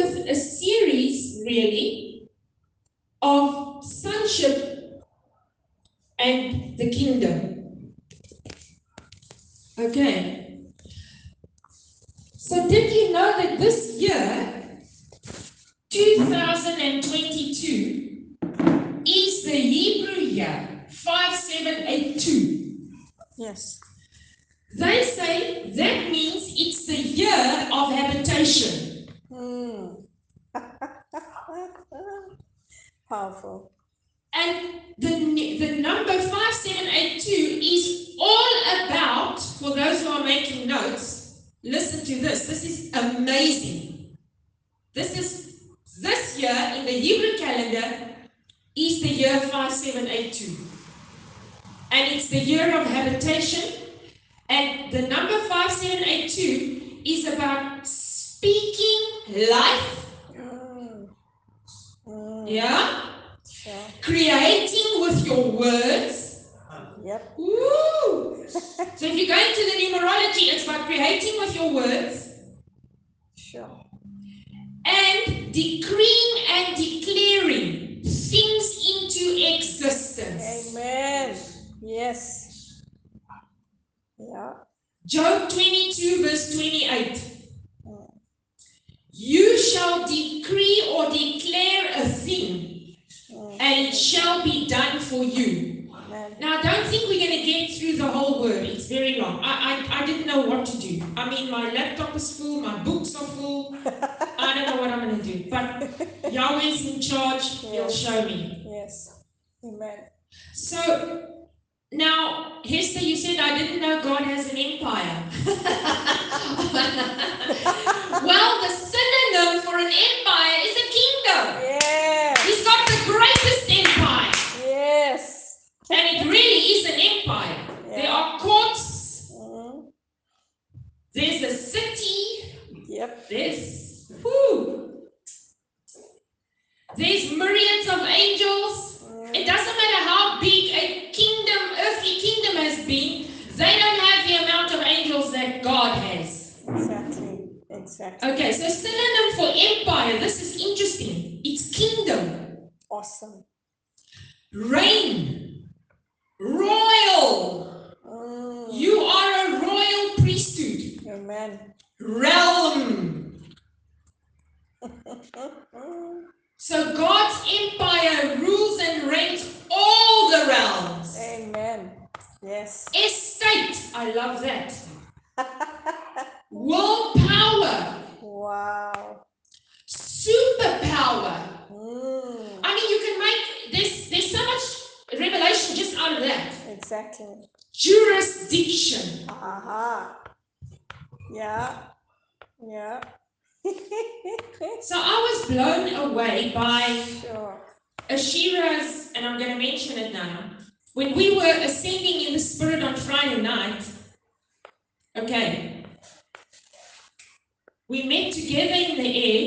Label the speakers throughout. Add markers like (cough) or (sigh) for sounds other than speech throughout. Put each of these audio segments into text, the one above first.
Speaker 1: was a series really of sonship and the kingdom. Okay. So did you know that this year 2022 is the Hebrew year 5782?
Speaker 2: Yes.
Speaker 1: They say that means it's the year of habitation.
Speaker 2: Mm. (laughs) Powerful.
Speaker 1: And the, n- the number 5782 is all about, for those who are making notes, listen to this. This is amazing. This is this year in the Hebrew calendar is the year 5782. And it's the year of habitation. And the number 5782 is about speaking life.
Speaker 2: Mm. Mm.
Speaker 1: Yeah.
Speaker 2: Yeah.
Speaker 1: creating with your words.
Speaker 2: Yep.
Speaker 1: Woo! so if you go into the numerology, it's about creating with your words
Speaker 2: Sure.
Speaker 1: and decreeing and declaring things into existence.
Speaker 2: Amen. Yes. Yeah.
Speaker 1: Job 22, verse 28.
Speaker 2: Mm.
Speaker 1: You shall decree or declare a thing,
Speaker 2: Mm.
Speaker 1: and it shall be done for you.
Speaker 2: Amen. (laughs)
Speaker 1: Now, I don't think we're going to get through the whole word. It's very long. I, I, I didn't know what to do. I mean, my laptop is full, my books are full. I don't know what I'm going to do. But Yahweh's in charge, He'll show me.
Speaker 2: Yes. Amen. (laughs)
Speaker 1: So, now, Hester, you said I didn't know God has an empire. (laughs) well, the synonym for an empire is a kingdom.
Speaker 2: Yeah.
Speaker 1: He's got the greatest empire.
Speaker 2: Yes.
Speaker 1: And it really is an empire. There are courts.
Speaker 2: Mm.
Speaker 1: There's a city.
Speaker 2: Yep.
Speaker 1: There's whoo. There's myriads of angels. It
Speaker 2: Mm.
Speaker 1: doesn't matter how big a kingdom, earthly kingdom has been, they don't have the amount of angels that God has.
Speaker 2: Exactly. Exactly.
Speaker 1: Okay, so synonym for empire, this is interesting. It's kingdom,
Speaker 2: Awesome.
Speaker 1: reign, royal.
Speaker 2: Mm.
Speaker 1: You are a royal priesthood,
Speaker 2: Amen. (laughs)
Speaker 1: realm.
Speaker 2: Mm.
Speaker 1: So God's empire rules and reigns all the realms.
Speaker 2: Amen. Yes. (laughs)
Speaker 1: Estate, I love that. World power,
Speaker 2: Wow.
Speaker 1: superpower.
Speaker 2: Mm.
Speaker 1: I mean, you can make there's there's so much revelation just out of that.
Speaker 2: Exactly.
Speaker 1: Jurisdiction,
Speaker 2: Aha. Yeah. Yeah. (laughs)
Speaker 1: So I was blown away by
Speaker 2: sure.
Speaker 1: Ashira's, and I'm going to mention it now. When we were ascending in the Spirit on Friday night, okay, we met together in the air,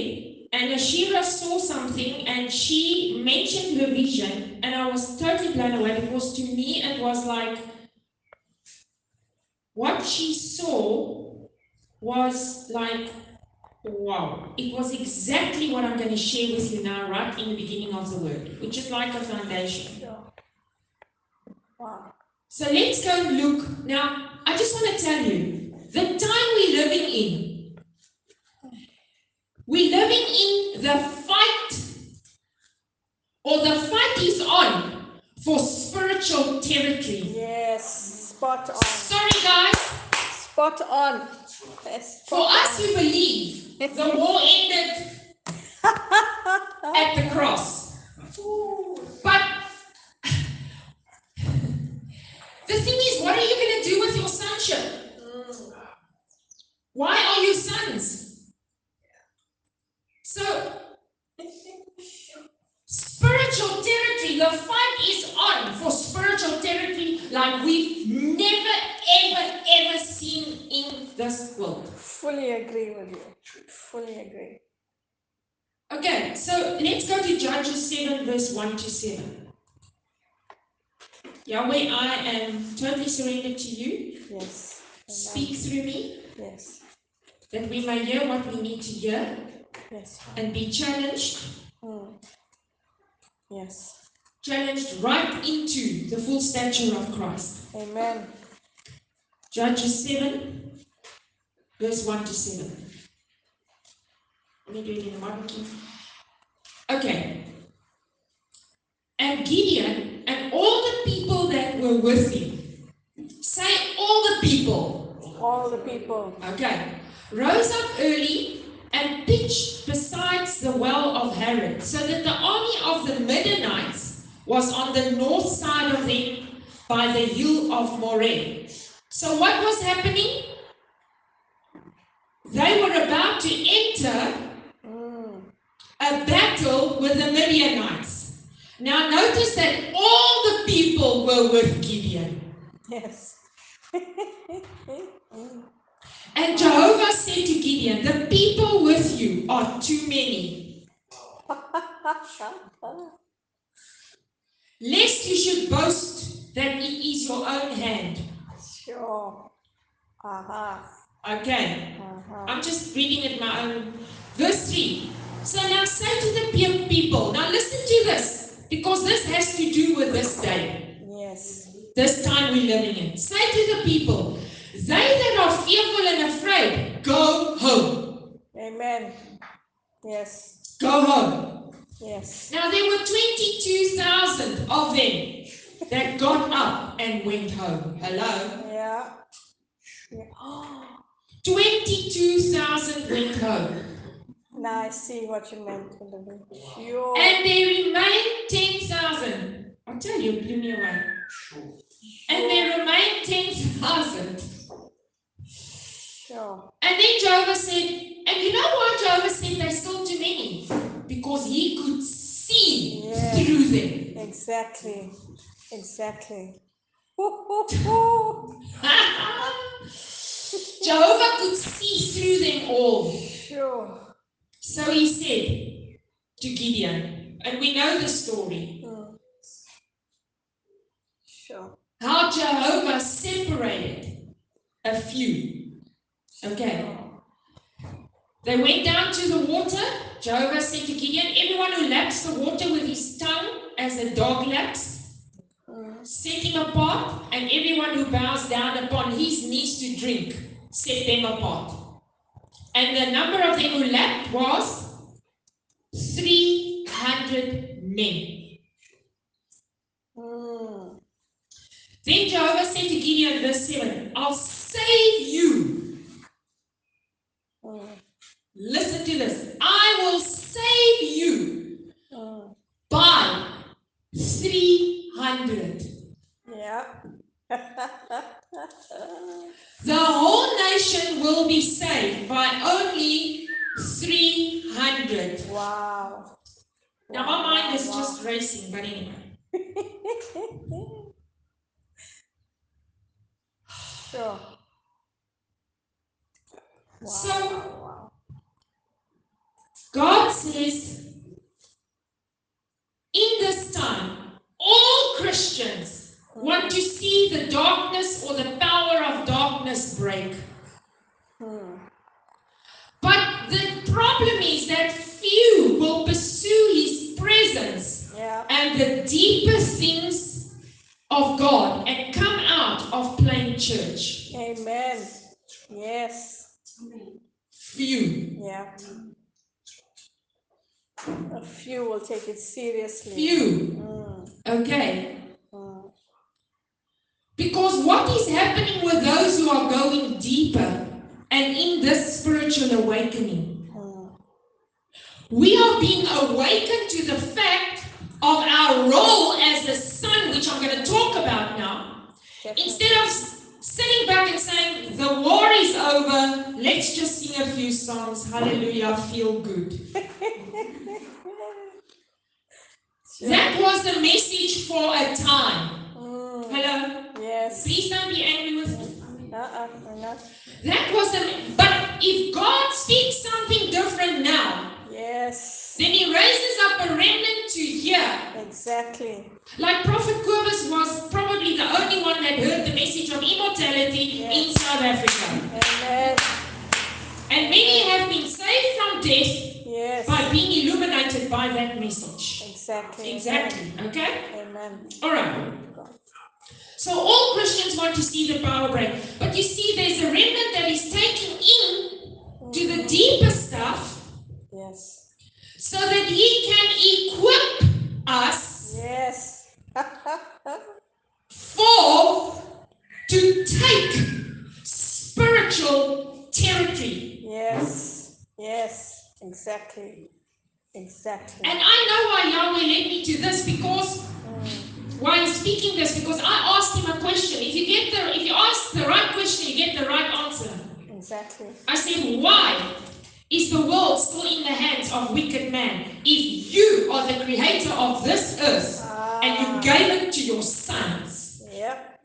Speaker 1: and Ashira saw something, and she mentioned her vision, and I was totally blown away because to me it was like what she saw was like Wow, it was exactly what I'm going to share with you now, right in the beginning of the word, which is like a foundation.
Speaker 2: Sure. Wow.
Speaker 1: So let's go and look. Now, I just want to tell you the time we're living in, we're living in the fight, or the fight is on for spiritual territory.
Speaker 2: Yes. Spot on.
Speaker 1: Sorry, guys,
Speaker 2: Spot on. Yes.
Speaker 1: for us who believe, the war ended at the cross. But the thing is, what are you going to do with your sonship?
Speaker 2: Mm.
Speaker 1: Why are you sons? So, spiritual territory, the fight is on for spiritual territory like we've never, ever, ever seen in this world.
Speaker 2: Fully agree with you. Fully agree.
Speaker 1: Okay, so let's go to Judges 7, verse 1 to 7. Yahweh, I am totally surrendered to you.
Speaker 2: Yes. Amen.
Speaker 1: Speak through me
Speaker 2: Yes.
Speaker 1: that we may hear what we need to hear
Speaker 2: Yes.
Speaker 1: and be challenged,
Speaker 2: Mm. Yes.
Speaker 1: challenged right into the full stature of Christ.
Speaker 2: Amen.
Speaker 1: Judges 7, verse 1 to 7. Let me do it in the Bible King. Okay. And Gideon and all the people that were with him, say, all the people.
Speaker 2: All the people.
Speaker 1: Okay. Rose up early and pitched besides the well of Herod, so that the army of the Midianites was on the north side of them by the hill of Moreh. So, what was happening? They were about to enter
Speaker 2: Mm.
Speaker 1: a battle with the Midianites. Now, notice that all the people were with Gideon.
Speaker 2: Yes. (laughs) Mm.
Speaker 1: And Jehovah said to Gideon, The people with you are too many. lest you should boast that it is your own hand.
Speaker 2: sure. Aha.
Speaker 1: Okay,
Speaker 2: Aha.
Speaker 1: I'm just reading it my own. Verse 3. So now say to the pe- people, now listen to this, because this has to do with this day,
Speaker 2: Yes.
Speaker 1: this time we're living in. Say to the people, they that are fearful and afraid, go home.
Speaker 2: Amen. Yes.
Speaker 1: Go home.
Speaker 2: Yes.
Speaker 1: Now there were 22,000 of them that got up and went home. Hello?
Speaker 2: Yeah. yeah. Oh,
Speaker 1: 22,000 went home.
Speaker 2: now I see what you meant, Olivia. Sure.
Speaker 1: And they remained 10,000. I tell you, it blew me away. And they remained 10,000.
Speaker 2: Sure.
Speaker 1: And then Jehovah said, and you know why Jehovah said they're still too many? Because he could see
Speaker 2: Yeah.
Speaker 1: through them. (laughs)
Speaker 2: Exactly. Exactly. Hoo, hoo, hoo.
Speaker 1: Jehovah could see through them all.
Speaker 2: Sure.
Speaker 1: So he said to Gideon, and we know the story,
Speaker 2: Mm. Sure.
Speaker 1: how Jehovah separated a few. Okay.
Speaker 2: Sure.
Speaker 1: They went down to the water. Jehovah said to Gideon, Everyone who laps the water with his tongue as a dog laps,
Speaker 2: Mm.
Speaker 1: set him apart, and everyone who bows down upon his knees to drink, set them apart. And the number of them who lapped was 300 men.
Speaker 2: Mm.
Speaker 1: Then Jehovah said to Gideon, verse 7, I'll save you.
Speaker 2: Mm.
Speaker 1: Listen to this. I will save you
Speaker 2: Mm.
Speaker 1: by 300.
Speaker 2: Yeah. (laughs)
Speaker 1: The whole nation will be saved by only 300.
Speaker 2: wow.
Speaker 1: Now, my mind is just racing, but anyway.
Speaker 2: (sighs) sure. Wow,
Speaker 1: So-
Speaker 2: wow, wow.
Speaker 1: God says, in this time, all Christians want to see the darkness or the power of darkness break.
Speaker 2: Hmm.
Speaker 1: But the problem is that few will pursue His presence
Speaker 2: Yeah.
Speaker 1: and the deeper things of God and come out of plain church.
Speaker 2: Amen. Yes.
Speaker 1: Few,
Speaker 2: Yeah. A few will take it seriously.
Speaker 1: few,
Speaker 2: Mm,
Speaker 1: okay?
Speaker 2: mm.
Speaker 1: Because what is happening with those who are going deeper and in this spiritual awakening?
Speaker 2: Mm.
Speaker 1: We are being awakened to the fact of our role as the son, which I'm going to talk about now.
Speaker 2: Definitely.
Speaker 1: Instead of s- sitting back and saying, the war is over, let's just sing a few songs, hallelujah, feel good.
Speaker 2: Sure.
Speaker 1: That was the message for a time.
Speaker 2: Mm,
Speaker 1: Hello?
Speaker 2: Yes.
Speaker 1: Please don't be angry with me.
Speaker 2: Uh-uh. we're not.
Speaker 1: That was the. But if God speaks something different now,
Speaker 2: Yes.
Speaker 1: then He raises up a remnant to hear.
Speaker 2: Exactly.
Speaker 1: Like Prophet Kubis was probably the only one that heard the message of immortality in
Speaker 2: Yes.
Speaker 1: South Africa.
Speaker 2: Amen.
Speaker 1: And many have been saved from death
Speaker 2: Yes,
Speaker 1: by being illuminated by that message.
Speaker 2: exactly.
Speaker 1: Exactly. Okay?
Speaker 2: Amen.
Speaker 1: All right. So all Christians want to see the power break. But you see, there's a remnant that is taken in to the deeper stuff
Speaker 2: Yes.
Speaker 1: so that he can equip us
Speaker 2: Yes. (laughs)
Speaker 1: for to take spiritual territory.
Speaker 2: yes. Yes. Exactly. Exactly.
Speaker 1: And I know why Yahweh led me to this because why I'm speaking this because I asked him a question. If you get the if you ask the right question, you get the right answer.
Speaker 2: Mm, Exactly.
Speaker 1: I said, why is the world still in the hands of wicked man if you are the creator of this earth and you gave it to your sons?
Speaker 2: Ah. Yep.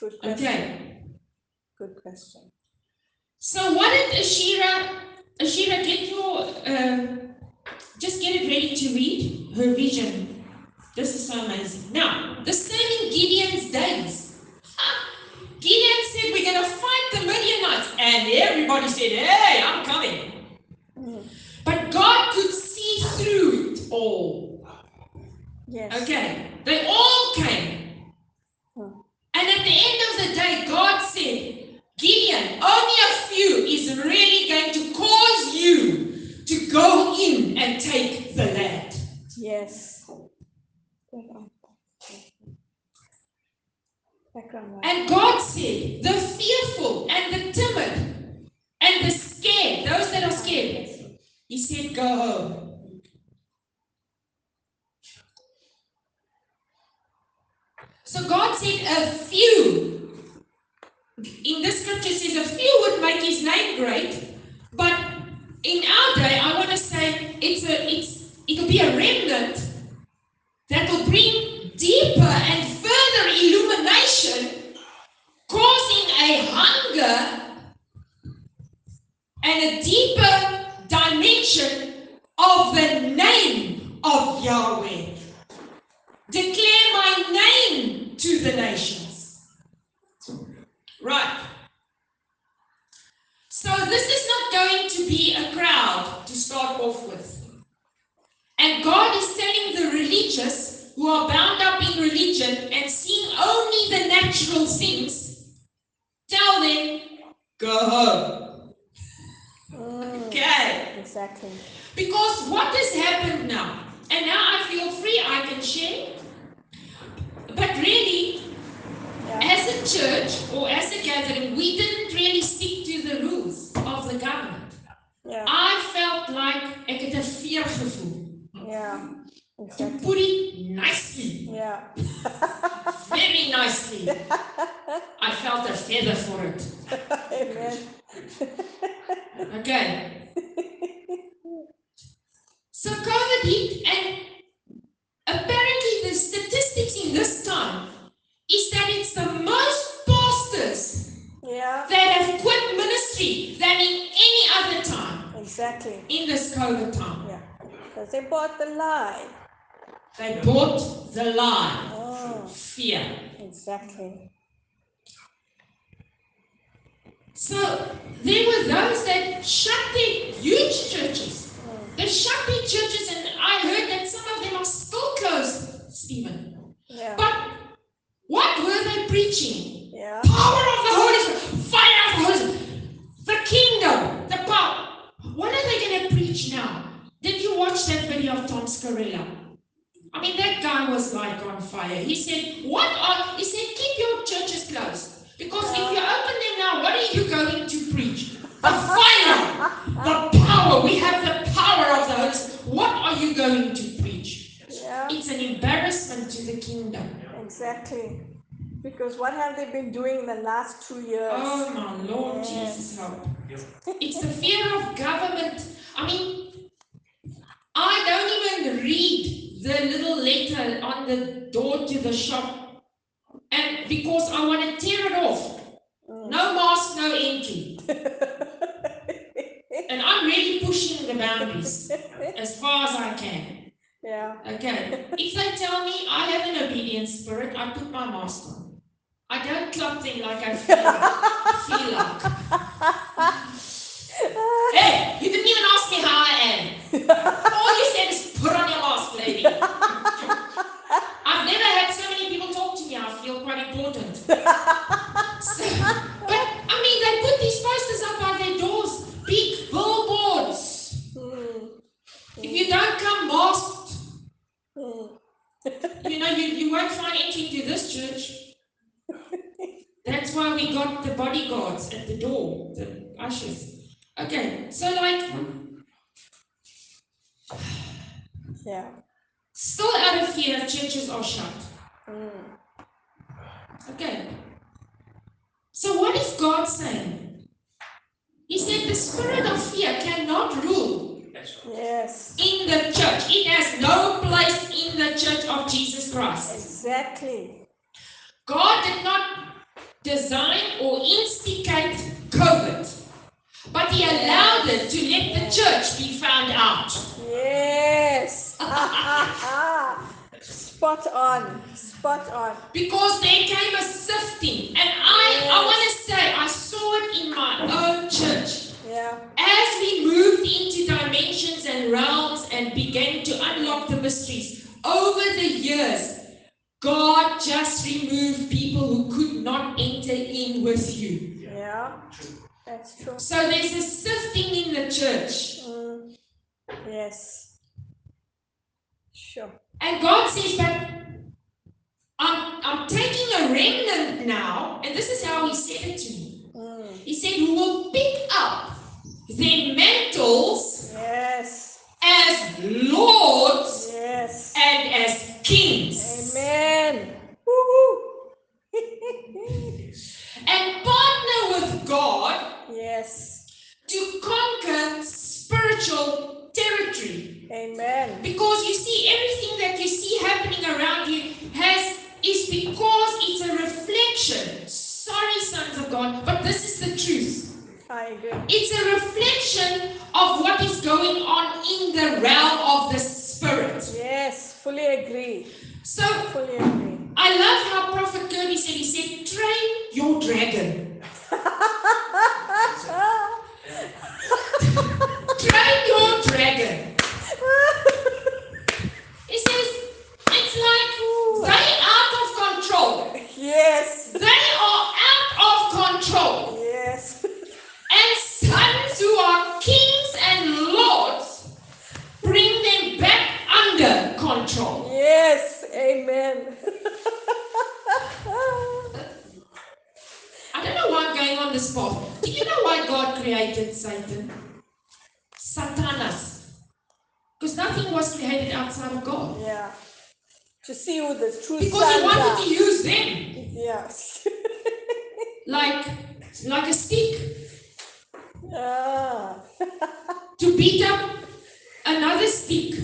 Speaker 2: Good question.
Speaker 1: Okay.
Speaker 2: Good question.
Speaker 1: So what did Ashira Ashira get your um, just get it ready to read her vision. This is so amazing. Now, the same in Gideon's days. Ha! Gideon said, We're gonna fight the Midianites, and everybody said, Hey, I'm coming.
Speaker 2: Mm.
Speaker 1: But God could see through it all.
Speaker 2: Yes.
Speaker 1: Okay, they all came.
Speaker 2: Hmm.
Speaker 1: And at the end of the day, God said, Gideon, only a few is really going to cause you to go in and take the land.
Speaker 2: Yes. Good answer. Background noise.
Speaker 1: And God said, the fearful and the timid and the scared, those that are scared, He said, go home. So God said, a few. In this scripture says, a few would make his name great, but in our day, I want to say it's a it's it'll be a remnant that will bring deeper and further illumination, causing a hunger and a deeper dimension of the name of Yahweh. Declare my name to the nations. Right. So this is not going to be a crowd to start off with. And God is telling the religious who are bound up in religion and seeing only the natural things, tell them, go home.
Speaker 2: Mm,
Speaker 1: Okay.
Speaker 2: Exactly.
Speaker 1: Because what has happened now, and now I feel free, I can share. But really,
Speaker 2: Yeah.
Speaker 1: as a church or as a gathering, we didn't really stick to the rules of the government.
Speaker 2: Yeah.
Speaker 1: I felt like ek het 'n veergevoel,
Speaker 2: Yeah.
Speaker 1: to
Speaker 2: Exactly.
Speaker 1: put it nicely.
Speaker 2: Yeah. (laughs)
Speaker 1: very nicely. I felt a feather for it.
Speaker 2: Amen.
Speaker 1: Okay. So COVID hit, and apparently the statistics in this time is that it's the most pastors
Speaker 2: Yeah.
Speaker 1: that have quit ministry than in any other time
Speaker 2: Exactly.
Speaker 1: in this COVID time.
Speaker 2: Yeah. Because they bought the lie.
Speaker 1: They bought the lie,
Speaker 2: Oh,
Speaker 1: fear.
Speaker 2: exactly.
Speaker 1: So there were those that shut their huge churches.
Speaker 2: Mm.
Speaker 1: They shut their churches, and I heard that some of them are still closed, Stephen.
Speaker 2: Yeah.
Speaker 1: But what were they preaching?
Speaker 2: Yeah.
Speaker 1: Power of the Holy Spirit, fire of the Holy Spirit, the kingdom, the power. What are they going to preach now? Did you watch that video of Tom Scarella? I mean, that guy was like on fire. He said, "What are?" He said, "Keep your churches closed because if you open them now, what are you going to preach? The fire, the power. We have the power of the Holy Spirit. What are you going to preach?
Speaker 2: Yeah.
Speaker 1: It's an embarrassment to the kingdom.
Speaker 2: Exactly. Because what have they been doing in the last two years?
Speaker 1: Oh my Lord
Speaker 2: Yes.
Speaker 1: Jesus, help! It's the fear of government. I mean, I don't even read the little letter on the door to the shop, and because I want to tear it off.
Speaker 2: Mm.
Speaker 1: No mask, no entry. and I'm really pushing the boundaries as far as I can.
Speaker 2: (laughs) Yeah.
Speaker 1: Okay. If they tell me I have an obedient spirit, I put my mask on. I don't club thing like I feel, feel like. Hey, you didn't even ask me how I am. If you don't come masked,
Speaker 2: Mm.
Speaker 1: you know, you, you won't find entry to this church. That's why we got the bodyguards at the door, the ushers. Okay, so like,
Speaker 2: Yeah.
Speaker 1: still out of fear, churches are shut.
Speaker 2: Mm.
Speaker 1: Okay. So what is God saying? He said the spirit of fear cannot rule
Speaker 2: Yes.
Speaker 1: in the church. It has no place in the church of Jesus Christ.
Speaker 2: Exactly.
Speaker 1: God did not design or instigate COVID, but He allowed it to let the church be found out.
Speaker 2: Yes. (laughs) Spot on. Spot on.
Speaker 1: Because there came a sifting. And I, I want to say, I saw it in my own church.
Speaker 2: Yeah.
Speaker 1: As we moved into dimensions and realms and began to unlock the mysteries, over the years, God just removed people who could not enter in with you.
Speaker 2: Yeah. That's true.
Speaker 1: So there's a sifting in the church.
Speaker 2: Mm. Yes. Sure.
Speaker 1: And God says, but I'm, I'm taking a remnant now, and this is how He said it to me.
Speaker 2: Mm.
Speaker 1: He said, Who will pick up their mantles
Speaker 2: Yes.
Speaker 1: as lords
Speaker 2: Yes.
Speaker 1: and as kings.
Speaker 2: Amen. Woo-hoo.
Speaker 1: and partner with God
Speaker 2: yes.
Speaker 1: to conquer spiritual territory.
Speaker 2: Amen.
Speaker 1: Because you see, everything that you see happening around you has is because it's a reflection. Sorry, sons of God, but this is the truth.
Speaker 2: I agree.
Speaker 1: It's a reflection of what is going on in the realm of the spirit.
Speaker 2: Yes. Fully agree.
Speaker 1: So
Speaker 2: Fully agree.
Speaker 1: I love how Prophet Kirby said, he said, train your dragon.
Speaker 2: Ah.
Speaker 1: Train your dragon. It says it's like they out of control.
Speaker 2: (laughs) yes.
Speaker 1: They are out of control.
Speaker 2: Yes. (laughs)
Speaker 1: And sons who are kings and lords bring them back under control.
Speaker 2: Yes. Amen. (laughs)
Speaker 1: I don't know why I'm going on this path. Do you know why God created Satan? Satanas. Because nothing was created outside of God.
Speaker 2: yeah. To see who the true
Speaker 1: Because he
Speaker 2: sons
Speaker 1: wanted
Speaker 2: are.
Speaker 1: to use them
Speaker 2: Yes. (laughs)
Speaker 1: like, like a stick.
Speaker 2: ah.
Speaker 1: to beat up another stick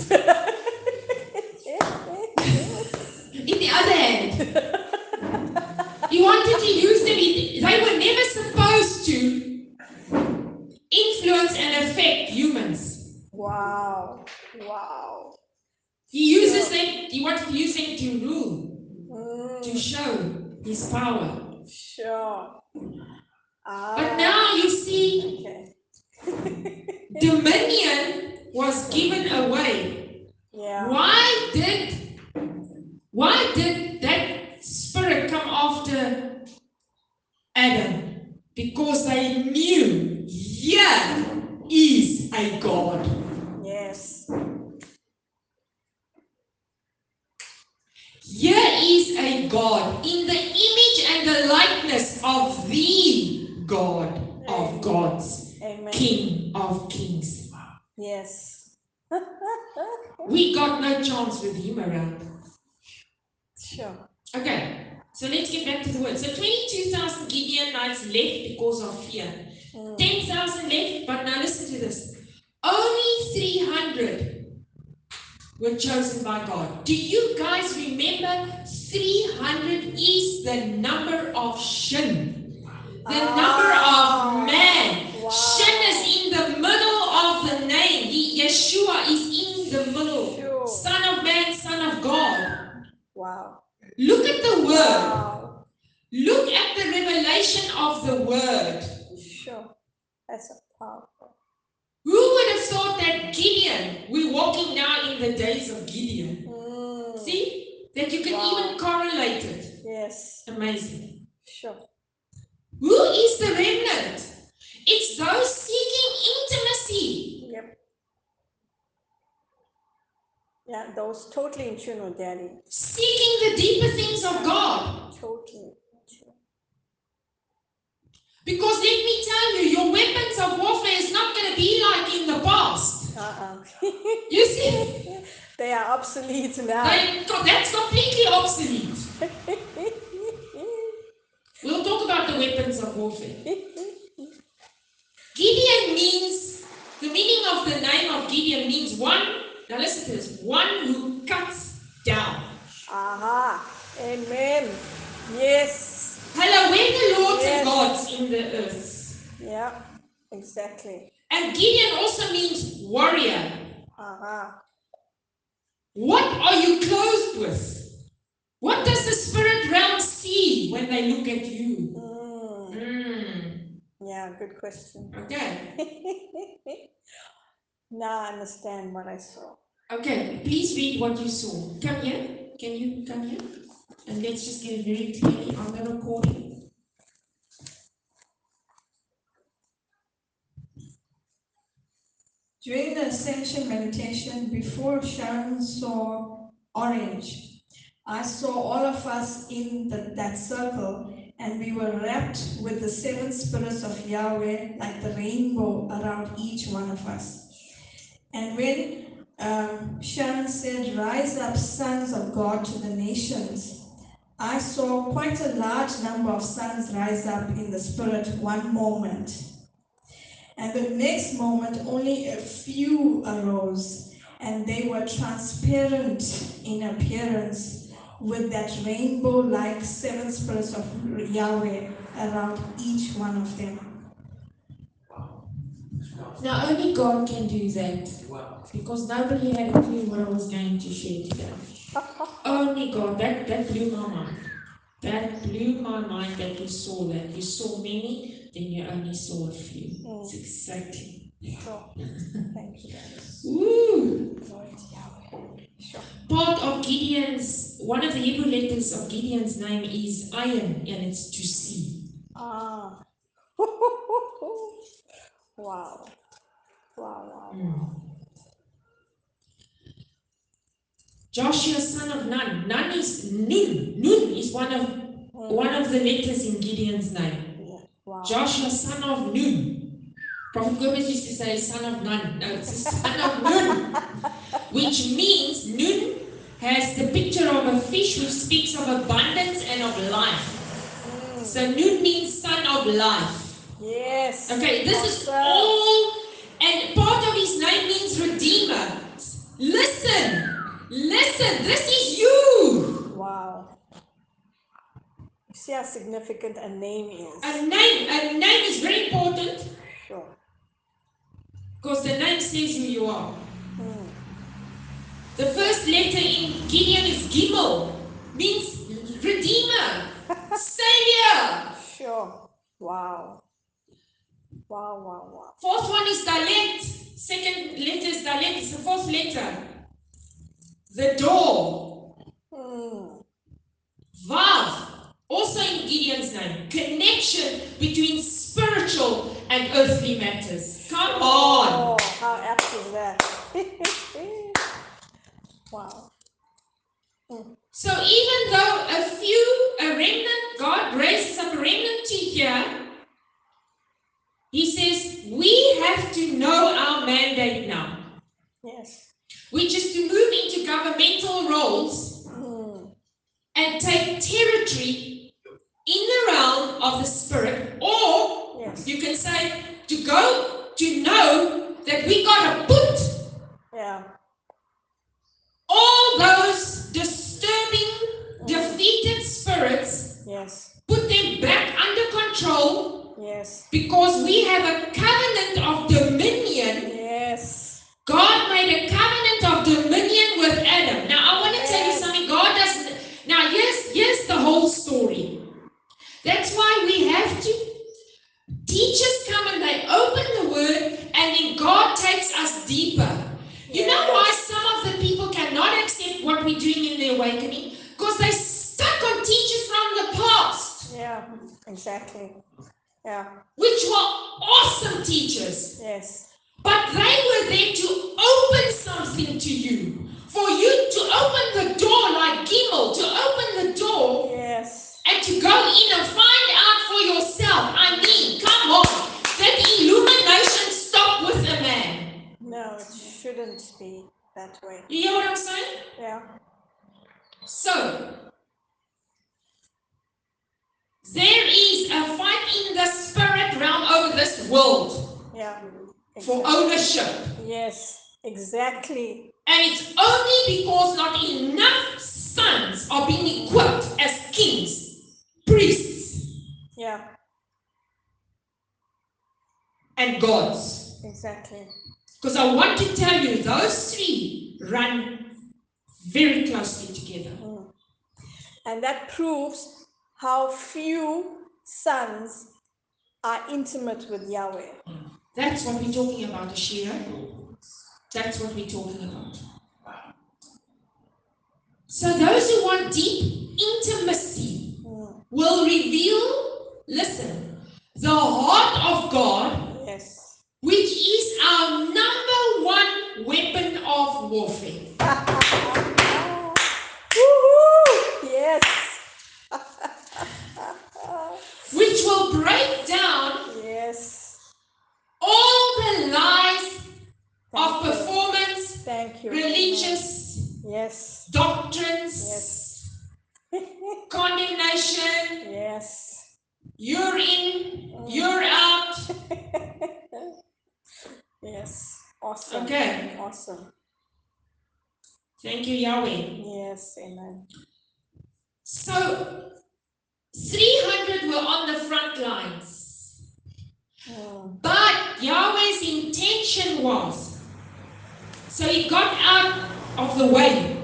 Speaker 1: in the other hand. He wanted to use them. He- They were never supposed to influence and affect humans.
Speaker 2: Wow. Wow.
Speaker 1: He uses them, he wanted to use them to rule, to
Speaker 2: Mm,
Speaker 1: show his power.
Speaker 2: sure. Ah.
Speaker 1: But now you see,
Speaker 2: Okay.
Speaker 1: dominion was given away.
Speaker 2: Yeah.
Speaker 1: Why did why did that spirit come after Adam? Because they knew yeah is a God.
Speaker 2: Yes.
Speaker 1: Here is a God in the image and the likeness of the God of gods,
Speaker 2: Amen.
Speaker 1: King of kings.
Speaker 2: Yes. (laughs)
Speaker 1: We got no chance with him around.
Speaker 2: Sure.
Speaker 1: Okay, so let's get back to the word. So 22,000 Gideonites left because of fear.
Speaker 2: Mm.
Speaker 1: 10,000 left, but now listen to this. Only 300 were chosen by God. Do you guys remember 300 is the number of Shin? The number
Speaker 2: Ah.
Speaker 1: of man.
Speaker 2: Wow.
Speaker 1: Shin is in the middle of the name. He, Yeshua is in the middle.
Speaker 2: Sure.
Speaker 1: Son of man, son of God.
Speaker 2: Wow.
Speaker 1: Look at the word.
Speaker 2: Wow.
Speaker 1: Look at the revelation of the word.
Speaker 2: Sure. That's a powerful.
Speaker 1: Who would have thought that Gideon, we're walking now in the days of Gideon.
Speaker 2: Mm.
Speaker 1: See? That you can
Speaker 2: Wow.
Speaker 1: even correlate it.
Speaker 2: Yes.
Speaker 1: Amazing.
Speaker 2: Sure.
Speaker 1: Who is the remnant? It's those seeking intimacy.
Speaker 2: Yep. Yeah, those totally in tune with daddy.
Speaker 1: seeking the deeper things of God.
Speaker 2: Totally. in tune.
Speaker 1: Because let me tell you, your weapons of warfare is not going to be like in the past.
Speaker 2: Uh-uh. (laughs)
Speaker 1: You see,
Speaker 2: they are obsolete now.
Speaker 1: they, that's completely obsolete. We'll talk about the weapons of warfare. Gideon means, the meaning of the name of Gideon means one, now listen to this, one who cuts down.
Speaker 2: (laughs) Aha. Amen. Yes.
Speaker 1: Hello, we're the lords
Speaker 2: Yes.
Speaker 1: and gods in the earth.
Speaker 2: Yeah. Exactly.
Speaker 1: And Gideon also means warrior.
Speaker 2: Aha.
Speaker 1: What are you clothed with? What does the spirit realm see when they look at you?
Speaker 2: Mm.
Speaker 1: Mm,
Speaker 2: Yeah. Good question.
Speaker 1: Okay,
Speaker 2: now I understand what I saw. (laughs)
Speaker 1: okay, please read what you saw. Come here, can you come here? And let's just get it very clearly on the recording.
Speaker 3: During the ascension meditation, before Sharon saw orange, I saw all of us in the, that circle, and we were wrapped with the seven spirits of Yahweh like the rainbow around each one of us. And when um, Sharon said, Rise up, sons of God, to the nations. I saw quite a large number of sons rise up in the spirit one moment. And the next moment, only a few arose, and they were transparent in appearance with that rainbow like seven spirits of Yahweh around each one of them.
Speaker 1: Now, only God can do that. Because nobody had a clue what I was going to share today. only God. That, that blew my mind. That blew my mind that you saw that. You saw many, then you only saw a few.
Speaker 2: Mm.
Speaker 1: It's exactly.
Speaker 2: Sure. Thank you. guys.
Speaker 1: Ooh.
Speaker 2: Glory to Yahweh. Sure.
Speaker 1: Part of Gideon's, one of the Hebrew letters of Gideon's name is iron, and it's to see.
Speaker 2: Ah. (laughs) wow. Wow. Wow.
Speaker 1: Mm. Joshua, son of Nun. Nun is Nun. Nun is one of
Speaker 2: Mm.
Speaker 1: one of the letters in Gideon's name.
Speaker 2: Yeah. Wow.
Speaker 1: Joshua, son of Nun. Prophet Gomez used to say, son of Nun. No, it's a son of Nun, which means Nun has the picture of a fish which speaks of abundance and of life.
Speaker 2: Mm.
Speaker 1: So Nun means son of life.
Speaker 2: Yes.
Speaker 1: Okay, this is
Speaker 2: Awesome.
Speaker 1: all, and part of his name means redeemer. Listen, listen, this is you.
Speaker 2: Wow. You see how significant a name
Speaker 1: A
Speaker 2: is.
Speaker 1: name, a name is very important.
Speaker 2: Sure.
Speaker 1: Because the name says who you are.
Speaker 2: Mm.
Speaker 1: The first letter in Gideon is Gimel, means redeemer, savior.
Speaker 2: Sure. Wow. Wow. Wow. Wow.
Speaker 1: Fourth one is Dalet. Second letter is Dalet. It's the fourth letter. The door,
Speaker 2: Mm.
Speaker 1: Vav, also in Gideon's name. Connection between spiritual and earthly matters. Come on.
Speaker 2: Oh, how apt is that? (laughs) wow.
Speaker 1: So even though a few, a remnant, God raises up a remnant to hear, He says, we have to know our mandate now,
Speaker 2: Yes.
Speaker 1: which is to move into governmental roles
Speaker 2: Mm.
Speaker 1: and take territory in the realm of the spirit, or
Speaker 2: Yes.
Speaker 1: you can say, to go to know that we gotta put
Speaker 2: Yeah.
Speaker 1: all those disturbing, defeated spirits
Speaker 2: Yes.
Speaker 1: put them back under control
Speaker 2: Yes.
Speaker 1: because we have a covenant of dominion.
Speaker 2: Yes.
Speaker 1: God made a covenant of dominion with Adam. Now I want to tell you
Speaker 2: Yes.
Speaker 1: something. God doesn't now yes, yes, the whole story. That's why we have to teachers come and they open the word and then God takes us deeper. You know why some of the people cannot accept what we're doing in the awakening? Because they're stuck on teachers from the past.
Speaker 2: Yeah. Exactly. Yeah.
Speaker 1: which were awesome teachers,
Speaker 2: Yes.
Speaker 1: but they were there to open something to you for you to go in and find out for yourself. I mean, come on. That illumination stopped with a man.
Speaker 2: No, it shouldn't be that way.
Speaker 1: You hear what I'm saying?
Speaker 2: Yeah.
Speaker 1: So, there is a fight in the spirit realm over this world
Speaker 2: Yeah.
Speaker 1: for
Speaker 2: exact-
Speaker 1: ownership.
Speaker 2: Yes, exactly.
Speaker 1: And it's only because not enough sons are being equipped as kings, priests,
Speaker 2: Yeah,
Speaker 1: and gods.
Speaker 2: exactly.
Speaker 1: Because I want to tell you, those three run very closely together.
Speaker 2: Mm. And that proves how few sons are intimate with Yahweh.
Speaker 1: That's what we're talking about, Ashira. That's what we're talking about. So those who want deep intimacy
Speaker 2: Mm,
Speaker 1: will reveal, listen, the heart of God,
Speaker 2: Yes. (laughs)
Speaker 1: which is our number one weapon of warfare.
Speaker 2: Woohoo! (laughs) Yes.
Speaker 1: which will break down
Speaker 2: yes.
Speaker 1: all the lies of
Speaker 2: Thank you.
Speaker 1: performance,
Speaker 2: Thank you.
Speaker 1: religious
Speaker 2: Yes.
Speaker 1: doctrines, condemnation,
Speaker 2: Yes.
Speaker 1: you're in, you're out.
Speaker 2: (laughs) Yes. Awesome.
Speaker 1: Okay.
Speaker 2: Awesome.
Speaker 1: Thank you, Yahweh.
Speaker 2: Yes. Amen.
Speaker 1: So, 300 were on the front lines,
Speaker 2: Mm,
Speaker 1: but Yahweh's intention was so he got out of the way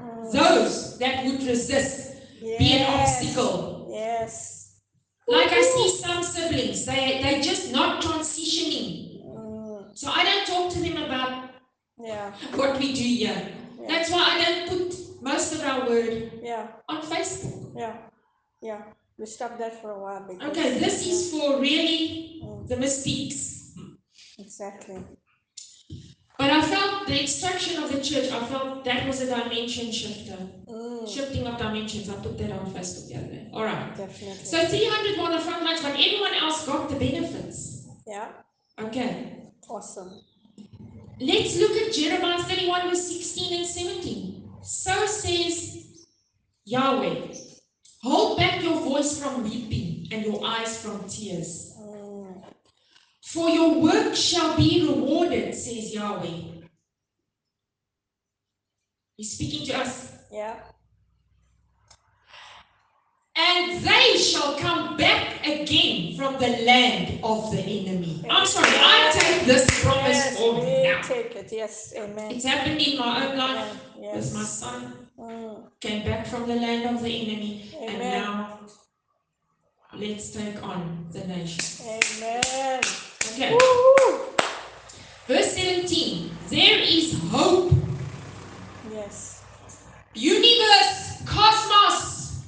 Speaker 2: mm.
Speaker 1: those that would resist, be an
Speaker 2: Yes.
Speaker 1: obstacle.
Speaker 2: Yes.
Speaker 1: Like I see some siblings, they they're just not transitioning.
Speaker 2: Mm,
Speaker 1: So I don't talk to them about
Speaker 2: yeah.
Speaker 1: what we do here.
Speaker 2: Yeah.
Speaker 1: That's why I don't put most of our word
Speaker 2: Yeah.
Speaker 1: on Facebook.
Speaker 2: Yeah. Yeah. We stopped that for a while. Because,
Speaker 1: Okay, this is for really
Speaker 2: Mm,
Speaker 1: the mistakes.
Speaker 2: exactly.
Speaker 1: But I felt the extraction of the church, I felt that was a dimension shifter.
Speaker 2: Mm,
Speaker 1: Shifting of dimensions. I put that on Facebook the other day. All right.
Speaker 2: Definitely.
Speaker 1: So 300 were on the front lines, but everyone else got the benefits.
Speaker 2: yeah.
Speaker 1: Okay.
Speaker 2: Awesome.
Speaker 1: Let's look at Jeremiah 31, verse 16 and 17. So says Yahweh, hold back your voice from weeping and your eyes from tears,
Speaker 2: Mm,
Speaker 1: for your work shall be rewarded, says Yahweh. He's speaking to us.
Speaker 2: yeah.
Speaker 1: And they shall come back again from the land of the enemy. I'm sorry, I take this promise
Speaker 2: Yes,
Speaker 1: for me now.
Speaker 2: we take it. Yes. Amen.
Speaker 1: It's happened in my own life with my
Speaker 2: Yes.
Speaker 1: son.
Speaker 2: Mm,
Speaker 1: came back from the land of the enemy, and
Speaker 2: Amen.
Speaker 1: now let's take on the nation.
Speaker 2: amen.
Speaker 1: Okay,
Speaker 2: Woo-hoo.
Speaker 1: verse 17 there is hope,
Speaker 2: Yes. (laughs)
Speaker 1: universe, cosmos,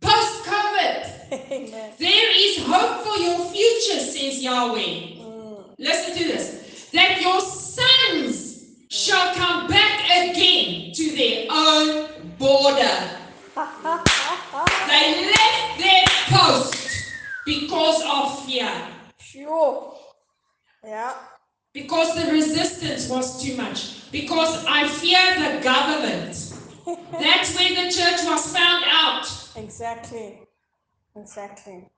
Speaker 1: post COVID.
Speaker 2: Amen.
Speaker 1: There is hope for your future, says Yahweh.
Speaker 2: Mm,
Speaker 1: Listen to this that your sons shall come back again to their own border.
Speaker 2: Ah,
Speaker 1: They left their post because of fear.
Speaker 2: Sure. Yeah.
Speaker 1: because the resistance was too much, because I fear the government. That's where the church was found out,
Speaker 2: Exactly. Exactly.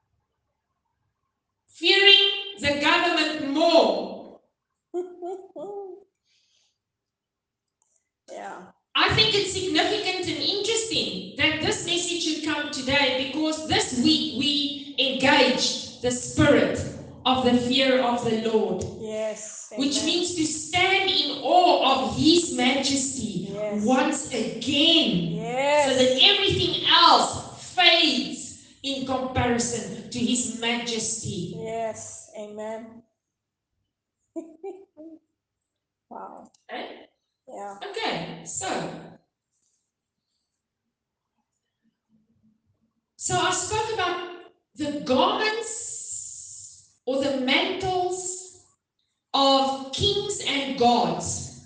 Speaker 2: (laughs)
Speaker 1: fearing the government more.
Speaker 2: yeah.
Speaker 1: I think it's significant and interesting that this message should come today because this week we engaged the spirit of the fear of the Lord,
Speaker 2: Yes.
Speaker 1: which
Speaker 2: amen.
Speaker 1: means to stand in awe of His majesty
Speaker 2: Yes.
Speaker 1: once again. so
Speaker 2: Yes.
Speaker 1: that everything else fades in comparison to his majesty.
Speaker 2: Yes. Amen. (laughs) wow.
Speaker 1: Eh?
Speaker 2: Yeah.
Speaker 1: Okay, so so I spoke about the garments or the mantles of kings and gods.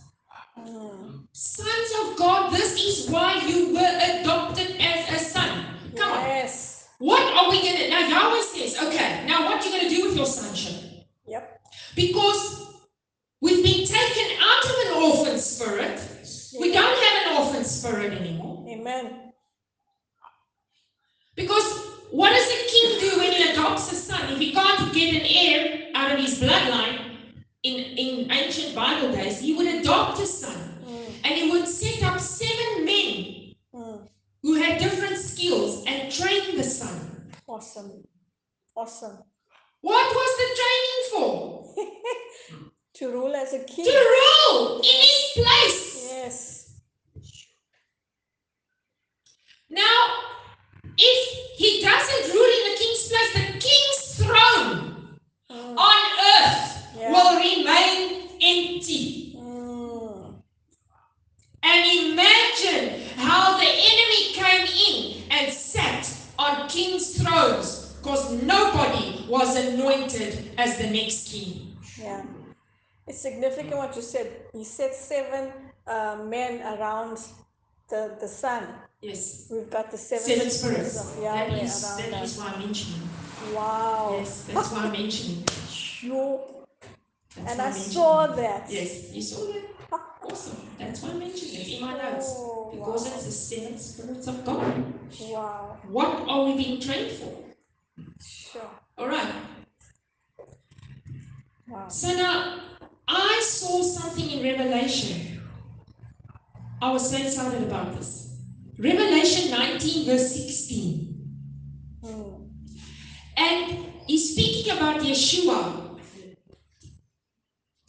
Speaker 2: Mm.
Speaker 1: Sons of God, this is why you were adopted as a son. Come on.
Speaker 2: Yes.
Speaker 1: Oh, we get it. Now Yahweh says, okay, now what you going to do with your sonship?
Speaker 2: Yep.
Speaker 1: Because we've been taken out of an orphan spirit. We don't have an orphan spirit anymore.
Speaker 2: Amen.
Speaker 1: Because what does a king do when he adopts a son? If he can't get an heir out of his bloodline, in, in ancient Bible days, he would adopt a son
Speaker 2: Mm,
Speaker 1: and he would set up seven men
Speaker 2: mm.
Speaker 1: who had different skills and train the son.
Speaker 2: Awesome. Awesome.
Speaker 1: What was the training for?
Speaker 2: To rule as a king.
Speaker 1: To rule in his place.
Speaker 2: Yes.
Speaker 1: Now, if he doesn't rule in the king's place, the king's throne
Speaker 2: Mm,
Speaker 1: on earth
Speaker 2: Yeah.
Speaker 1: will remain empty.
Speaker 2: mm.
Speaker 1: And imagine how the enemy came in and sat on king's thrones because nobody was anointed as the next king.
Speaker 2: Yeah. It's significant what you said. He said seven uh, men around the, the sun.
Speaker 1: Yes.
Speaker 2: We've got the seven,
Speaker 1: Seven spirits.
Speaker 2: of Yahweh
Speaker 1: That is,
Speaker 2: around
Speaker 1: that
Speaker 2: us.
Speaker 1: is why I'm mentioning.
Speaker 2: Wow.
Speaker 1: Yes, that's why I'm mentioning.
Speaker 2: You-
Speaker 1: That's
Speaker 2: (laughs) and
Speaker 1: why
Speaker 2: I
Speaker 1: I'm mentioning.
Speaker 2: saw that.
Speaker 1: Yes, you saw that? Awesome. That's why I mentioned it in my notes.
Speaker 2: Oh,
Speaker 1: Because
Speaker 2: wow.
Speaker 1: it's the seven spirits of God.
Speaker 2: wow.
Speaker 1: What are we being trained for?
Speaker 2: Sure.
Speaker 1: All right.
Speaker 2: Wow.
Speaker 1: So now I saw something in Revelation. I was so excited about this. Revelation 19, verse 16.
Speaker 2: Mm.
Speaker 1: And he's speaking about Yeshua.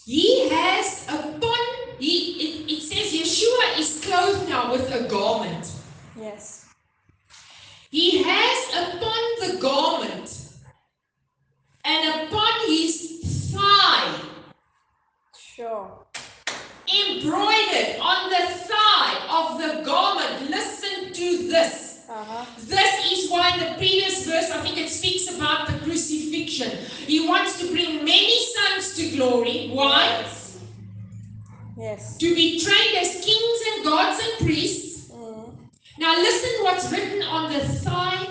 Speaker 1: He has upon, he, it, it says Yeshua is clothed now with a garment.
Speaker 2: Yes.
Speaker 1: He has upon the garment and upon his thigh,
Speaker 2: Sure.
Speaker 1: embroidered on the thigh of the garment. Listen to this.
Speaker 2: Uh-huh.
Speaker 1: This is why the previous verse, I think it speaks about the crucifixion. He wants to bring many sons to glory. Why?
Speaker 2: Yes.
Speaker 1: To be trained as kings and gods and priests.
Speaker 2: Mm.
Speaker 1: Now listen what's written on the thigh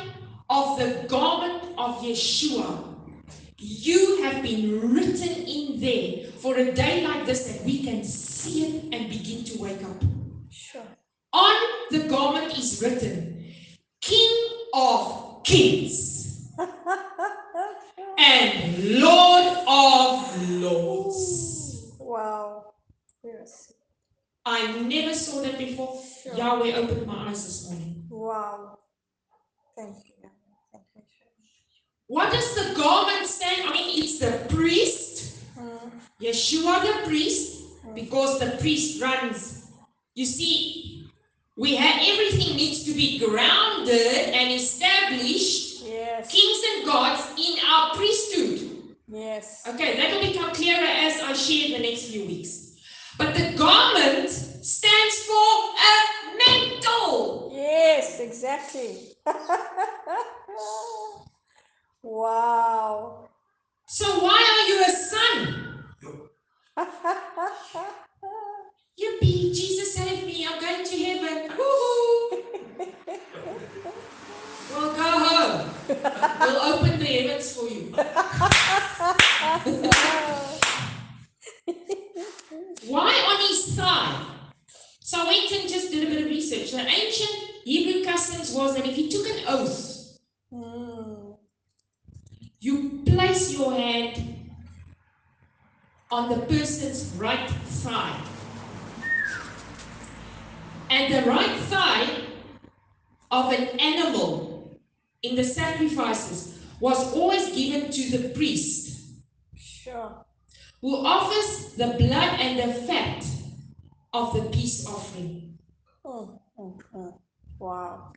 Speaker 1: of the garment of Yeshua. You have been written in there for a day like this that we can see it and begin to wake up.
Speaker 2: Sure.
Speaker 1: On the garment is written, King of Kings and Lord of Lords.
Speaker 2: wow. Yes.
Speaker 1: I never saw that before.
Speaker 2: Sure.
Speaker 1: Yahweh opened my eyes this morning.
Speaker 2: Wow. Thank you. Thank you.
Speaker 1: What does the garment stand? I mean, it's the priest.
Speaker 2: Mm.
Speaker 1: Yeshua the priest, because the priest runs. You see, we have everything needs to be grounded and established,
Speaker 2: Yes.
Speaker 1: kings and gods in our priesthood.
Speaker 2: Yes.
Speaker 1: Okay, that'll become clearer as I share in the next few weeks. But the garment stands for a mantle.
Speaker 2: Yes, exactly. (laughs) wow.
Speaker 1: So why are you a son? Yippee, Jesus saved me, I'm going to heaven. (laughs) Woohoo! Well, go home. We'll open the heavens for you. Why on his thigh? So I went and just did a bit of research. The ancient Hebrew customs was that if you took an oath,
Speaker 2: Mm.
Speaker 1: you place your hand on the person's right thigh. And the right thigh of an animal in the sacrifices was always given to the priest.
Speaker 2: Sure.
Speaker 1: who offers the blood and the fat of the peace offering.
Speaker 2: Mm, mm, mm. Wow.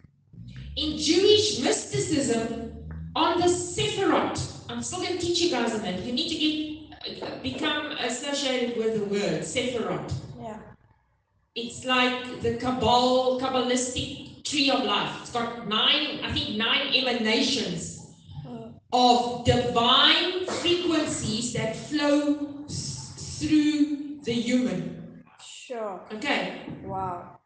Speaker 1: In Jewish mysticism, on the Sephirot, I'm still going to teach you guys on that. You need to get become associated with the word Sephirot.
Speaker 2: Yeah.
Speaker 1: It's like the Kabbal, Kabbalistic tree of life. It's got nine, I think, nine emanations
Speaker 2: Mm.
Speaker 1: of divine frequencies that flow s- through the human.
Speaker 2: Sure.
Speaker 1: Okay.
Speaker 2: Wow.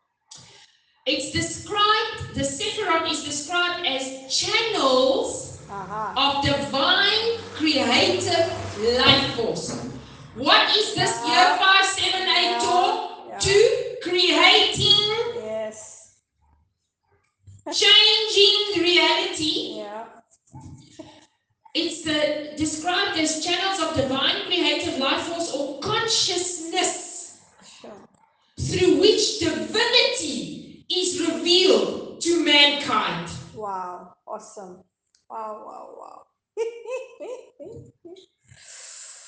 Speaker 1: It's described, the Sephiroth is described as channels
Speaker 2: Aha.
Speaker 1: of divine creative life force. What is this year 578 taught?
Speaker 2: Yeah.
Speaker 1: To creating,
Speaker 2: Yes.
Speaker 1: changing reality.
Speaker 2: Yeah.
Speaker 1: It's the, described as channels of divine creative life force or consciousness
Speaker 2: Sure.
Speaker 1: through which divinity is revealed to mankind.
Speaker 2: Wow. Awesome. Wow. Wow. Wow. (laughs)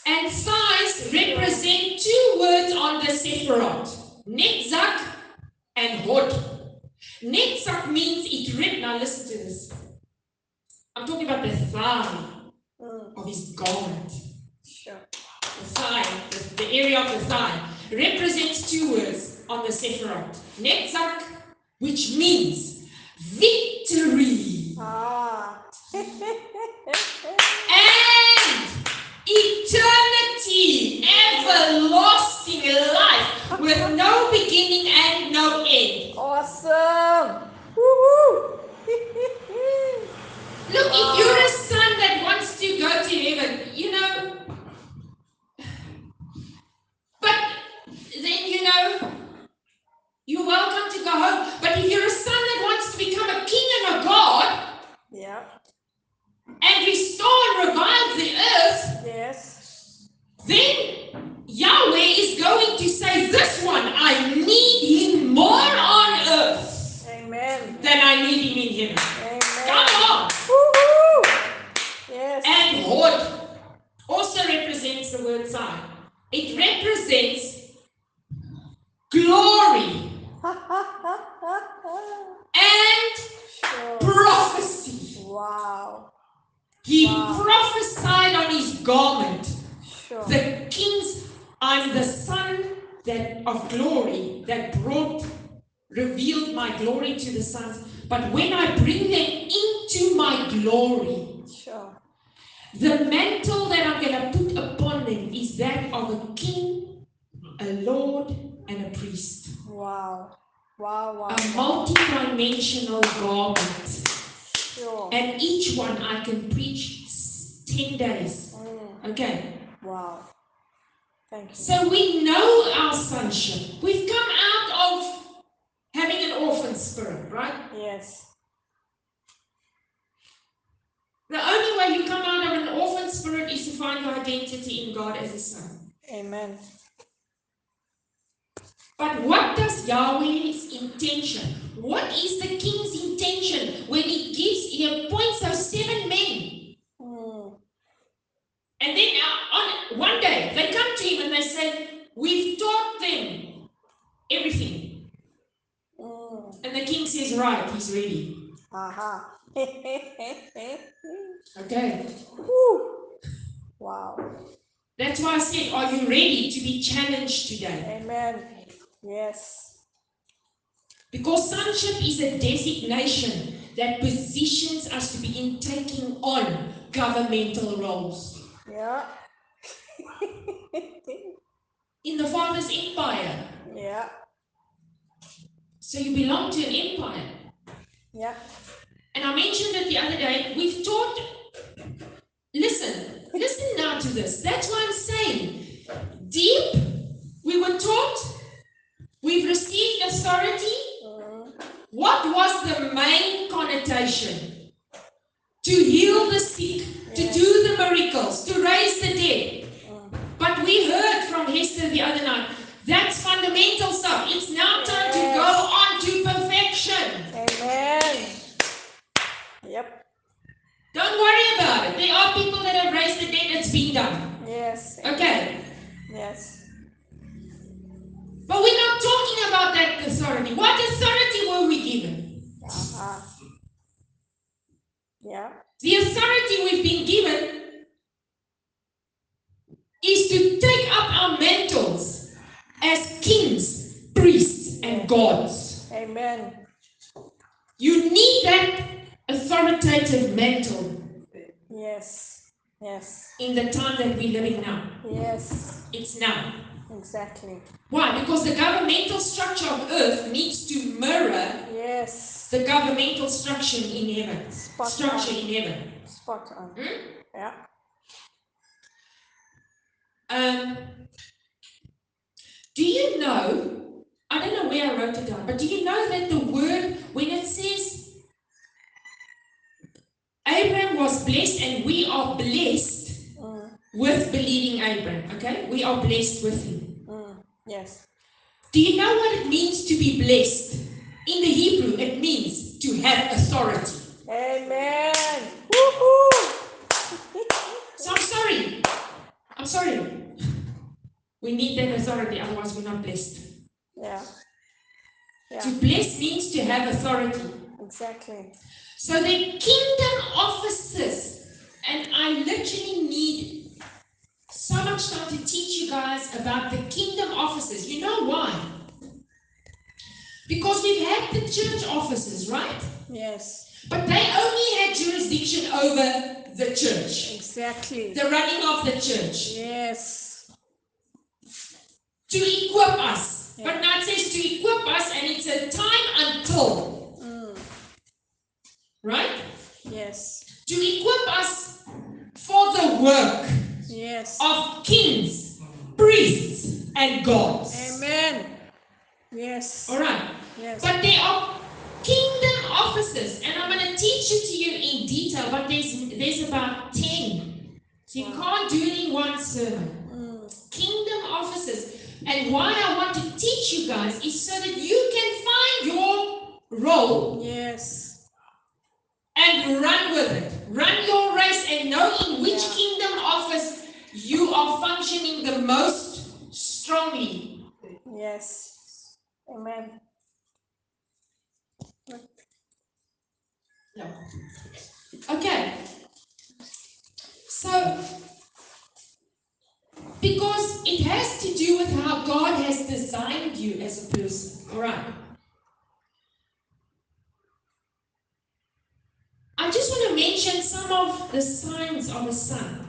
Speaker 1: And signs represent two words on the Sephiroth, Netzach and Hod. Netzach means it rep. Now listen to this. I'm talking about the thigh
Speaker 2: mm,
Speaker 1: of his garment.
Speaker 2: sure.
Speaker 1: The thigh, the, the area of the thigh, represents two words on the Sephiroth, Netzach, which means victory
Speaker 2: Ah. (laughs)
Speaker 1: and eternity, everlasting life with no beginning and no end.
Speaker 2: awesome. Woo-hoo. (laughs)
Speaker 1: Look, if you're a son that wants to go to heaven, you know, but then you know, you're welcome to go home. But if you're a son that wants to become a king and a god
Speaker 2: yeah.
Speaker 1: and restore and revive the earth,
Speaker 2: Yes.
Speaker 1: Then Yahweh is going to say, This one, I need him more on earth
Speaker 2: Amen.
Speaker 1: than I need him in heaven.
Speaker 2: Amen.
Speaker 1: Come on!
Speaker 2: Woo-hoo. Yes. (laughs)
Speaker 1: And Hod also represents the word sign, it represents glory and
Speaker 2: sure.
Speaker 1: prophecy.
Speaker 2: Wow.
Speaker 1: He
Speaker 2: Wow.
Speaker 1: prophesied on his garment.
Speaker 2: Sure.
Speaker 1: The king's, I'm the son that of glory that brought, revealed my glory to the sons. But when I bring them into my glory,
Speaker 2: Sure.
Speaker 1: the mantle that I'm going to put upon them is that of a king, a lord, and a priest.
Speaker 2: Wow. Wow. Wow.
Speaker 1: A multi-dimensional garment,
Speaker 2: Sure.
Speaker 1: and each one I can preach s- ten days.
Speaker 2: Mm,
Speaker 1: Okay.
Speaker 2: Wow. Thank you.
Speaker 1: So we know our sonship. We've come out of having an orphan spirit, right?
Speaker 2: Yes.
Speaker 1: The only way you come out of an orphan spirit is to find your identity in God as a son.
Speaker 2: Amen.
Speaker 1: But what does Yahweh's intention? What is the king's intention when he gives he appoints those seven men?
Speaker 2: Mm,
Speaker 1: And then uh, on one day they come to him and they say, We've taught them everything.
Speaker 2: mm.
Speaker 1: And the king says, Right, he's ready.
Speaker 2: Aha. (laughs)
Speaker 1: Okay.
Speaker 2: Woo. Wow.
Speaker 1: That's why I said, Are you ready to be challenged today?
Speaker 2: Amen. Yes.
Speaker 1: Because sonship is a designation that positions us to begin taking on governmental roles.
Speaker 2: Yeah. (laughs)
Speaker 1: In the Father's empire,
Speaker 2: yeah.
Speaker 1: so you belong to an empire.
Speaker 2: Yeah.
Speaker 1: And I mentioned it the other day, we've taught. Listen, listen now to this. That's what I'm saying. Deep, we were taught, we've received authority,
Speaker 2: Mm,
Speaker 1: What was the main connotation? To heal the sick, to
Speaker 2: Yes.
Speaker 1: do the miracles, to raise the dead.
Speaker 2: mm.
Speaker 1: But we heard from Hester the other night that's fundamental stuff. It's now time to go on to perfection.
Speaker 2: Amen. Yep.
Speaker 1: Don't worry about it. There are people that have raised the dead, it's been done.
Speaker 2: Yes.
Speaker 1: Okay.
Speaker 2: Yes.
Speaker 1: But we're not talking about that authority. What authority were we given?
Speaker 2: Aha. Yeah.
Speaker 1: The authority we've been given is to take up our mantles as kings, priests, and gods.
Speaker 2: Amen.
Speaker 1: You need that authoritative mantle
Speaker 2: Yes. Yes.
Speaker 1: in the time that we're living now.
Speaker 2: Yes.
Speaker 1: It's now.
Speaker 2: Exactly.
Speaker 1: Why? Because the governmental structure of earth needs to mirror
Speaker 2: Yes.
Speaker 1: the governmental structure in heaven.
Speaker 2: Spot
Speaker 1: Structure
Speaker 2: on.
Speaker 1: in heaven.
Speaker 2: Spot on. Yeah.
Speaker 1: Um, do you know? I don't know where I wrote it down, but do you know that the word, when it says Abraham was blessed and we are blessed
Speaker 2: Mm,
Speaker 1: with believing Abraham, okay? We are blessed with him.
Speaker 2: mm, yes.
Speaker 1: Do you know what it means to be blessed? In the Hebrew, it means to have authority.
Speaker 2: Amen. Woohoo.
Speaker 1: So I'm sorry. I'm sorry. We need that authority, otherwise, we're not blessed.
Speaker 2: Yeah.
Speaker 1: To
Speaker 2: Yeah.
Speaker 1: bless means to have authority.
Speaker 2: Exactly.
Speaker 1: So the kingdom offices, and I literally need so much time to teach you guys about the kingdom offices. You know why? Because we've had the church offices, right?
Speaker 2: Yes.
Speaker 1: But they only had jurisdiction over the church,
Speaker 2: Exactly.
Speaker 1: the running of the church,
Speaker 2: Yes.
Speaker 1: to equip us.
Speaker 2: Yeah.
Speaker 1: But now it says to equip us, and it's a time until,
Speaker 2: Mm,
Speaker 1: right?
Speaker 2: yes.
Speaker 1: To equip us for the work.
Speaker 2: Yes.
Speaker 1: of kings, priests, and gods.
Speaker 2: Amen. Yes.
Speaker 1: All right.
Speaker 2: Yes.
Speaker 1: But there are kingdom offices, and I'm going to teach it to you in detail. But there's there's about ten, so you can't do it in one sermon.
Speaker 2: Mm,
Speaker 1: Kingdom offices, and why I want to teach you guys is so that you can find your role
Speaker 2: yes.
Speaker 1: and run with it. Run your race and know in which
Speaker 2: Yeah.
Speaker 1: kingdom office you are functioning the most strongly.
Speaker 2: Yes. Amen.
Speaker 1: No. Okay. So, because it has to do with how God has designed you as a person. All right. I just want to mention some of the signs of a son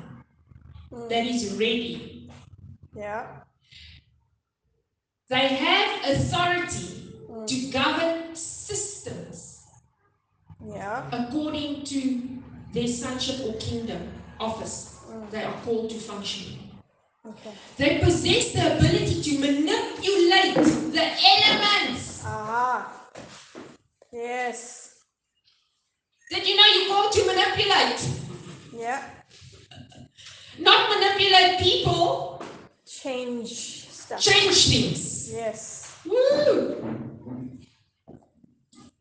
Speaker 1: that
Speaker 2: Mm,
Speaker 1: is ready.
Speaker 2: yeah.
Speaker 1: They have authority
Speaker 2: Mm,
Speaker 1: to govern systems
Speaker 2: yeah.
Speaker 1: according to their sonship or kingdom office.
Speaker 2: Mm,
Speaker 1: they are called to function.
Speaker 2: okay.
Speaker 1: They possess the ability to manipulate the elements.
Speaker 2: Aha. Yes.
Speaker 1: Did you know you're called to manipulate?
Speaker 2: Yeah.
Speaker 1: Not manipulate people,
Speaker 2: Change stuff.
Speaker 1: change things.
Speaker 2: Yes.
Speaker 1: Woo!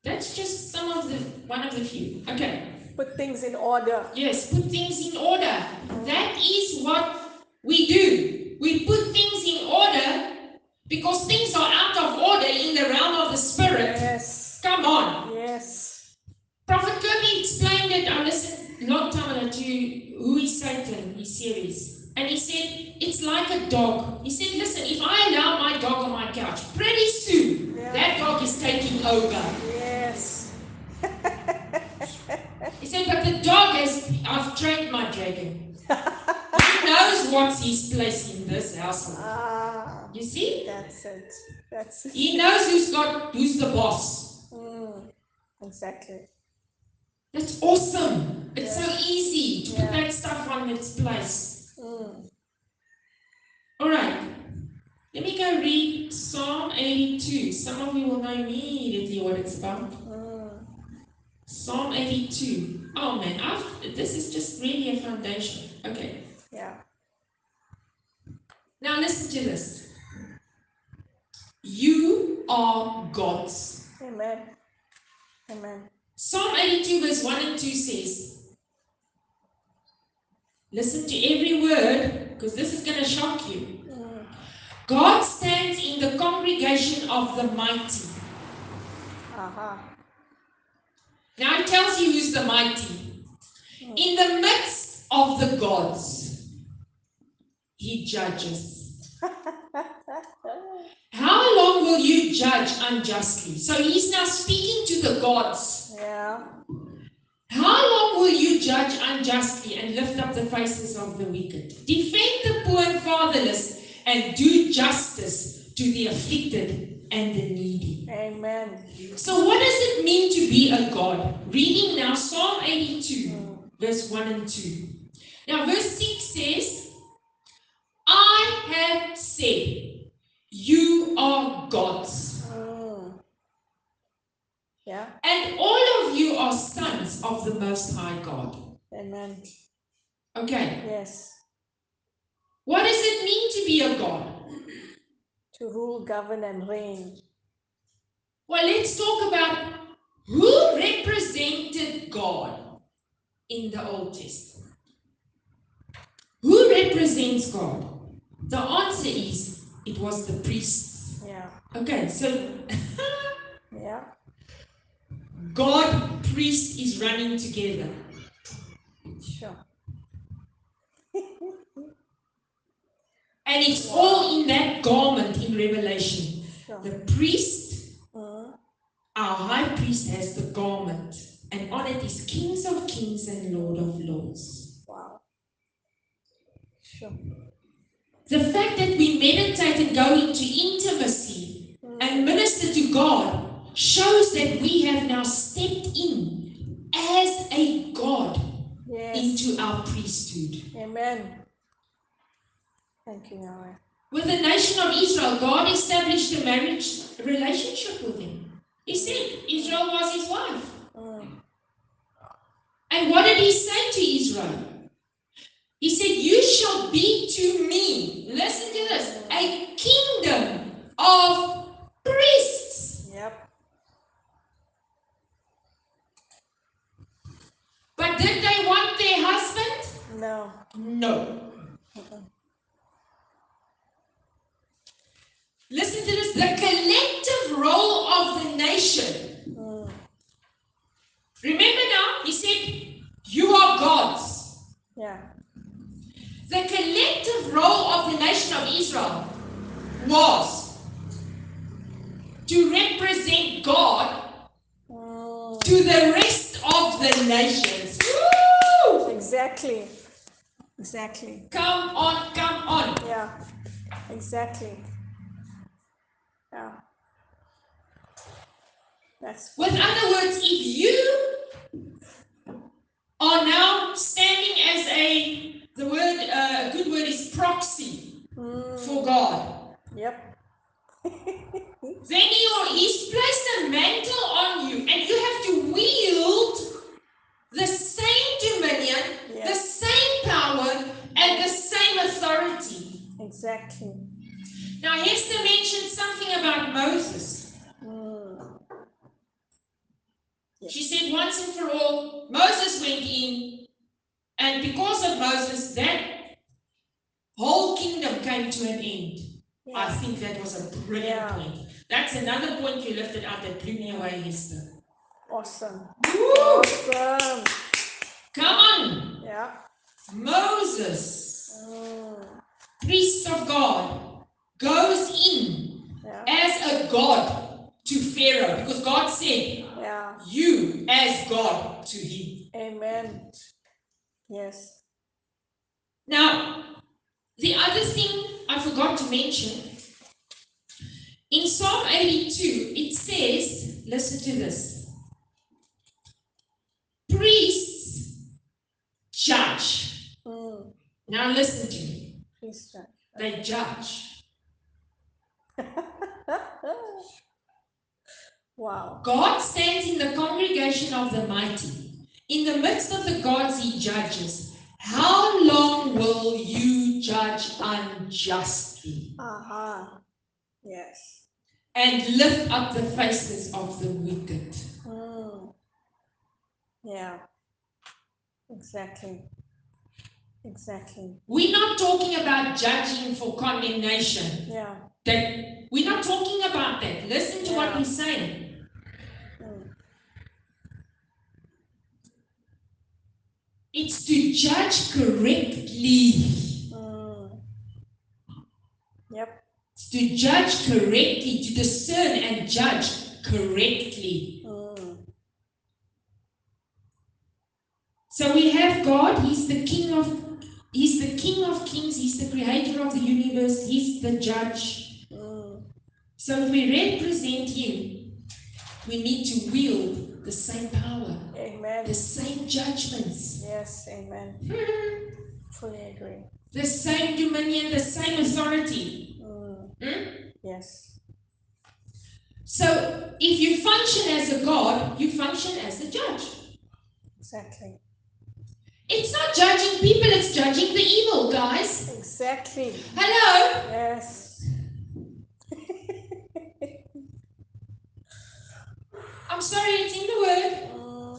Speaker 1: That's just some of the one of the few. Okay.
Speaker 2: Put things in order.
Speaker 1: Yes, put things in order. That is what we do. We put things in order because things are out of order in the realm of the spirit.
Speaker 2: Yes.
Speaker 1: Come on.
Speaker 2: Yes.
Speaker 1: Prophet Kirby explained it, I listened a long time ago to Who is Satan, his series. And he said, it's like a dog. He said, listen, if I allow my dog on my couch, pretty soon
Speaker 2: Yeah.
Speaker 1: that dog is taking over.
Speaker 2: Yes.
Speaker 1: He said, but the dog has, I've trained my
Speaker 2: (laughs)
Speaker 1: dragon. he knows what's his place in this household.
Speaker 2: Ah.
Speaker 1: You see?
Speaker 2: That's it. That's it.
Speaker 1: He knows who's got, who's the boss.
Speaker 2: Mm, exactly.
Speaker 1: That's awesome. It's
Speaker 2: Yeah.
Speaker 1: so easy to put
Speaker 2: Yeah.
Speaker 1: that stuff on its place.
Speaker 2: Mm,
Speaker 1: All right. Let me go read Psalm 82. Some of you will know immediately what it's about.
Speaker 2: mm,
Speaker 1: Psalm 82. Oh man, I've, this is just really a foundation. Okay.
Speaker 2: yeah.
Speaker 1: Now listen to this. You are God's.
Speaker 2: Amen. Amen.
Speaker 1: Psalm 82, verse 1 and 2 says, Listen to every word because this is going to shock you.
Speaker 2: Mm,
Speaker 1: God stands in the congregation of the mighty.
Speaker 2: aha. (laughs)
Speaker 1: Now it tells you who's the mighty. In the midst of the gods, he judges. How long will you judge unjustly? So he's now speaking to the gods.
Speaker 2: Yeah.
Speaker 1: How long will you judge unjustly and lift up the faces of the wicked? Defend the poor and fatherless and do justice to the afflicted and the needy.
Speaker 2: Amen. Mm.
Speaker 1: So, what does it mean to be a God? Reading now Psalm 82, verse 1 and 2. Now, verse 6 says, I have said, you are gods,
Speaker 2: Mm. Yeah,
Speaker 1: and all of you are sons of the Most High God.
Speaker 2: amen.
Speaker 1: Okay,
Speaker 2: Yes,
Speaker 1: what does it mean to be a god?
Speaker 2: to rule, govern, and reign.
Speaker 1: Well, let's talk about who represented God in the Old Testament. Who represents God? The answer is it was the priests.
Speaker 2: Yeah,
Speaker 1: Okay, so
Speaker 2: yeah,
Speaker 1: God priest is running together.
Speaker 2: sure.
Speaker 1: And it's all in that garment in Revelation.
Speaker 2: Sure.
Speaker 1: The priest,
Speaker 2: Mm,
Speaker 1: our high priest, has the garment, and on it is kings of kings and lord of lords.
Speaker 2: wow. Sure.
Speaker 1: The fact that we meditate and go into intimacy and minister to God shows that we have now stepped in as a God
Speaker 2: Yes.
Speaker 1: into our priesthood.
Speaker 2: Amen. Thank you, Yahweh.
Speaker 1: With the nation of Israel, God established a marriage relationship with them. He said Israel was his wife.
Speaker 2: Mm,
Speaker 1: And what did he say to Israel? He said, You shall be to me, listen to this, a kingdom of priests.
Speaker 2: Yep.
Speaker 1: But did they want their husband?
Speaker 2: No.
Speaker 1: No. Listen to this the collective role of the nation.
Speaker 2: Mm,
Speaker 1: Remember now, he said, You are gods.
Speaker 2: yeah.
Speaker 1: The collective role of the nation of Israel was to represent God
Speaker 2: Mm,
Speaker 1: to the rest of the nations. Woo!
Speaker 2: exactly. Exactly.
Speaker 1: Come on, come on.
Speaker 2: Yeah. Exactly. Yeah. That's
Speaker 1: With other words, if you are now standing as a, the word, uh, a good word is proxy
Speaker 2: mm,
Speaker 1: for God,
Speaker 2: yep.
Speaker 1: then you're, He's placed a mantle on you and you have to wield the same dominion, the
Speaker 2: Yeah.
Speaker 1: same power, and the same authority.
Speaker 2: Exactly.
Speaker 1: Now, Hester mentioned something about Moses.
Speaker 2: Mm,
Speaker 1: She said once and for all, Moses went in, and because of Moses, that whole kingdom came to an end. I
Speaker 2: yeah.
Speaker 1: think that was a brilliant
Speaker 2: Yeah.
Speaker 1: point. That's another point you lifted out that blew me away, Hester.
Speaker 2: Awesome.
Speaker 1: Woo!
Speaker 2: Awesome.
Speaker 1: Come
Speaker 2: Yeah.
Speaker 1: on! Moses,
Speaker 2: Mm,
Speaker 1: priest of God, goes in
Speaker 2: yeah.
Speaker 1: as a god to Pharaoh because God said,
Speaker 2: Yeah.
Speaker 1: You as God to him.
Speaker 2: Amen. Yes.
Speaker 1: Now, the other thing I forgot to mention in Psalm 82, it says, listen to this priests judge.
Speaker 2: Mm,
Speaker 1: Now, listen to me.
Speaker 2: please try.
Speaker 1: They judge.
Speaker 2: (laughs) wow.
Speaker 1: God stands in the congregation of the mighty. In the midst of the gods, he judges. How long will you judge unjustly
Speaker 2: Aha. Yes.
Speaker 1: and lift up the faces of the wicked?
Speaker 2: Mm. Yeah. Exactly. Exactly.
Speaker 1: We're not talking about judging for condemnation.
Speaker 2: Yeah.
Speaker 1: That we're not talking about that. Listen to what
Speaker 2: Yeah.
Speaker 1: we're saying.
Speaker 2: Mm.
Speaker 1: It's to judge correctly.
Speaker 2: Mm. Yep.
Speaker 1: It's to judge correctly, to discern and judge correctly.
Speaker 2: Mm.
Speaker 1: So we have God, He's the King of He's the King of Kings, He's the creator of the universe, He's the judge.
Speaker 2: Mm.
Speaker 1: So if we represent Him, we need to wield the the same power,
Speaker 2: Amen.
Speaker 1: the same judgments, (laughs)
Speaker 2: Yes, amen.
Speaker 1: Hmm.
Speaker 2: Fully agree.
Speaker 1: the same dominion, the same authority.
Speaker 2: Mm.
Speaker 1: Hmm?
Speaker 2: Yes.
Speaker 1: So if you function as a God, you function as a judge.
Speaker 2: Exactly.
Speaker 1: It's not judging people, it's judging the evil, guys.
Speaker 2: Exactly.
Speaker 1: Hello?
Speaker 2: Yes.
Speaker 1: I'm sorry, it's in the word.
Speaker 2: Mm.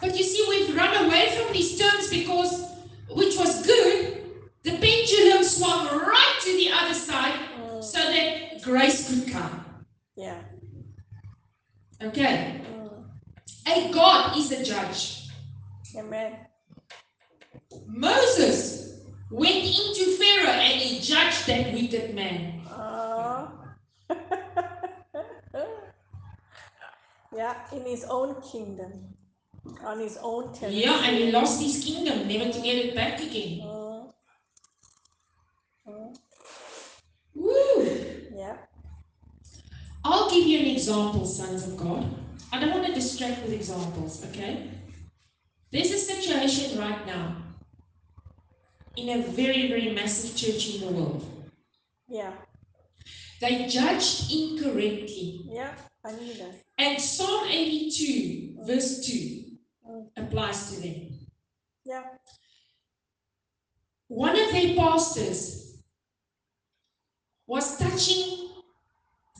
Speaker 1: But you see, we've run away from these terms because, which was good, the pendulum swung right to the other side
Speaker 2: Mm.
Speaker 1: so that grace could come.
Speaker 2: Yeah.
Speaker 1: Okay?
Speaker 2: Mm.
Speaker 1: A God is a judge.
Speaker 2: Amen.
Speaker 1: Moses went into Pharaoh and he judged that wicked man.
Speaker 2: Ah. (laughs) yeah, in his own kingdom, on his own territory.
Speaker 1: Yeah, and he lost his kingdom, never to get it back again.
Speaker 2: Mm. Mm.
Speaker 1: Woo!
Speaker 2: Yeah.
Speaker 1: I'll give you an example, sons of God. I don't want to distract with examples, okay? There's a situation right now in a very, very massive church in the world.
Speaker 2: Yeah.
Speaker 1: They judged incorrectly.
Speaker 2: Yeah. I knew that.
Speaker 1: And Psalm 82, verse 2, applies to them.
Speaker 2: Yeah.
Speaker 1: One of their pastors was touching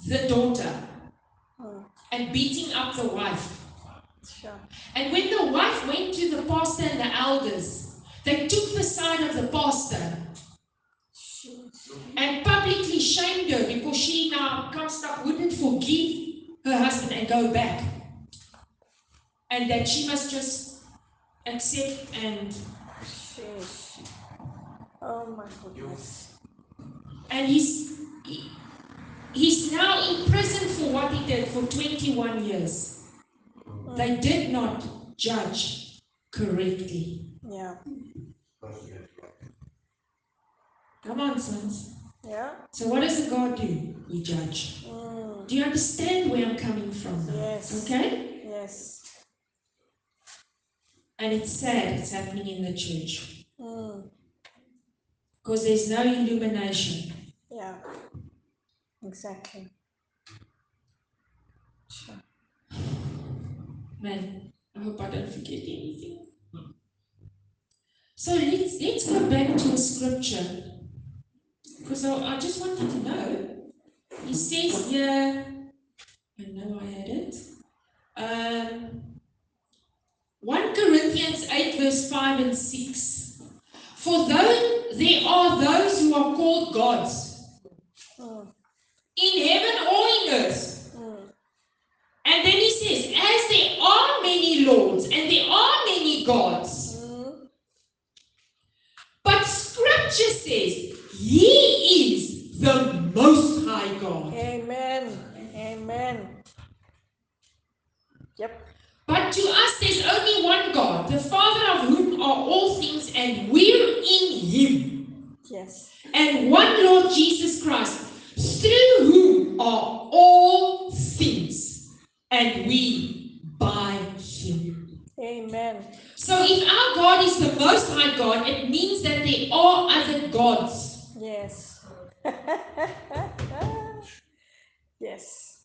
Speaker 1: the daughter
Speaker 2: Mm.
Speaker 1: and beating up the wife.
Speaker 2: Sure.
Speaker 1: And when the wife went to the pastor and the elders, they took the side of the pastor and publicly shamed her because she now comes up, wouldn't forgive her husband and go back. And that she must just accept and
Speaker 2: Sheesh. Oh my goodness.
Speaker 1: and he's he- he's now in prison for what he did for 21 years. They did not judge correctly.
Speaker 2: Yeah.
Speaker 1: Come on, sons.
Speaker 2: Yeah.
Speaker 1: So what does a God do? He judge.
Speaker 2: Mm.
Speaker 1: Do you understand where I'm coming from now?
Speaker 2: Yes.
Speaker 1: Okay?
Speaker 2: Yes.
Speaker 1: And it's sad it's happening in the church
Speaker 2: Mm.
Speaker 1: because there's no illumination.
Speaker 2: Yeah. Exactly. Sure.
Speaker 1: Man, I hope I don't forget anything. So let's let's go back to a scripture. Because I, I just wanted to know. He says here, I know I had it. Um, 1 Corinthians 8, verse 5 and 6. For though there are those who are called gods
Speaker 2: Mm.
Speaker 1: in heaven or in earth,
Speaker 2: Mm.
Speaker 1: and then he says, as there are many lords and there are many gods,
Speaker 2: Mm.
Speaker 1: but scripture says, He is the most high God.
Speaker 2: Amen. Amen. Yep.
Speaker 1: But to us, there's only one God, the Father of whom are all things, and we're in Him.
Speaker 2: Yes.
Speaker 1: And one Lord Jesus Christ, through whom are all things, and we by Him.
Speaker 2: Amen.
Speaker 1: So if our God is the most high God, it means that there are other gods.
Speaker 2: Yes. (laughs) yes.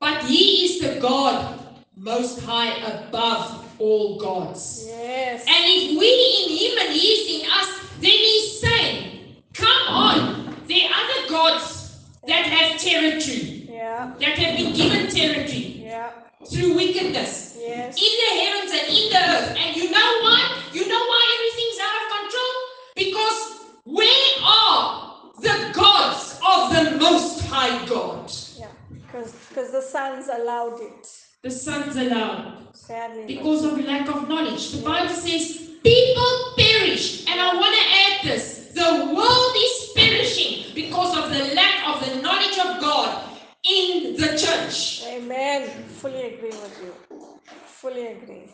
Speaker 1: But he is the God most high above all gods.
Speaker 2: Yes.
Speaker 1: And if we in him and he is in us, then he's saying, Come on, there are other gods that have territory,
Speaker 2: Yeah.
Speaker 1: that have been given territory
Speaker 2: Yeah.
Speaker 1: through wickedness. in
Speaker 2: Yes.
Speaker 1: the heavens and in the earth. And you know what? You know why everything's out of control? Because where are the gods of the Most High God?
Speaker 2: Yeah. Because because the sons allowed it.
Speaker 1: The sons allowed
Speaker 2: Sadly. but-
Speaker 1: because of lack of knowledge. The Bible says people perish, and I want to add this: the world is perishing because of the lack of the knowledge of God in the church.
Speaker 2: Amen. Fully agree with you. Fully agree.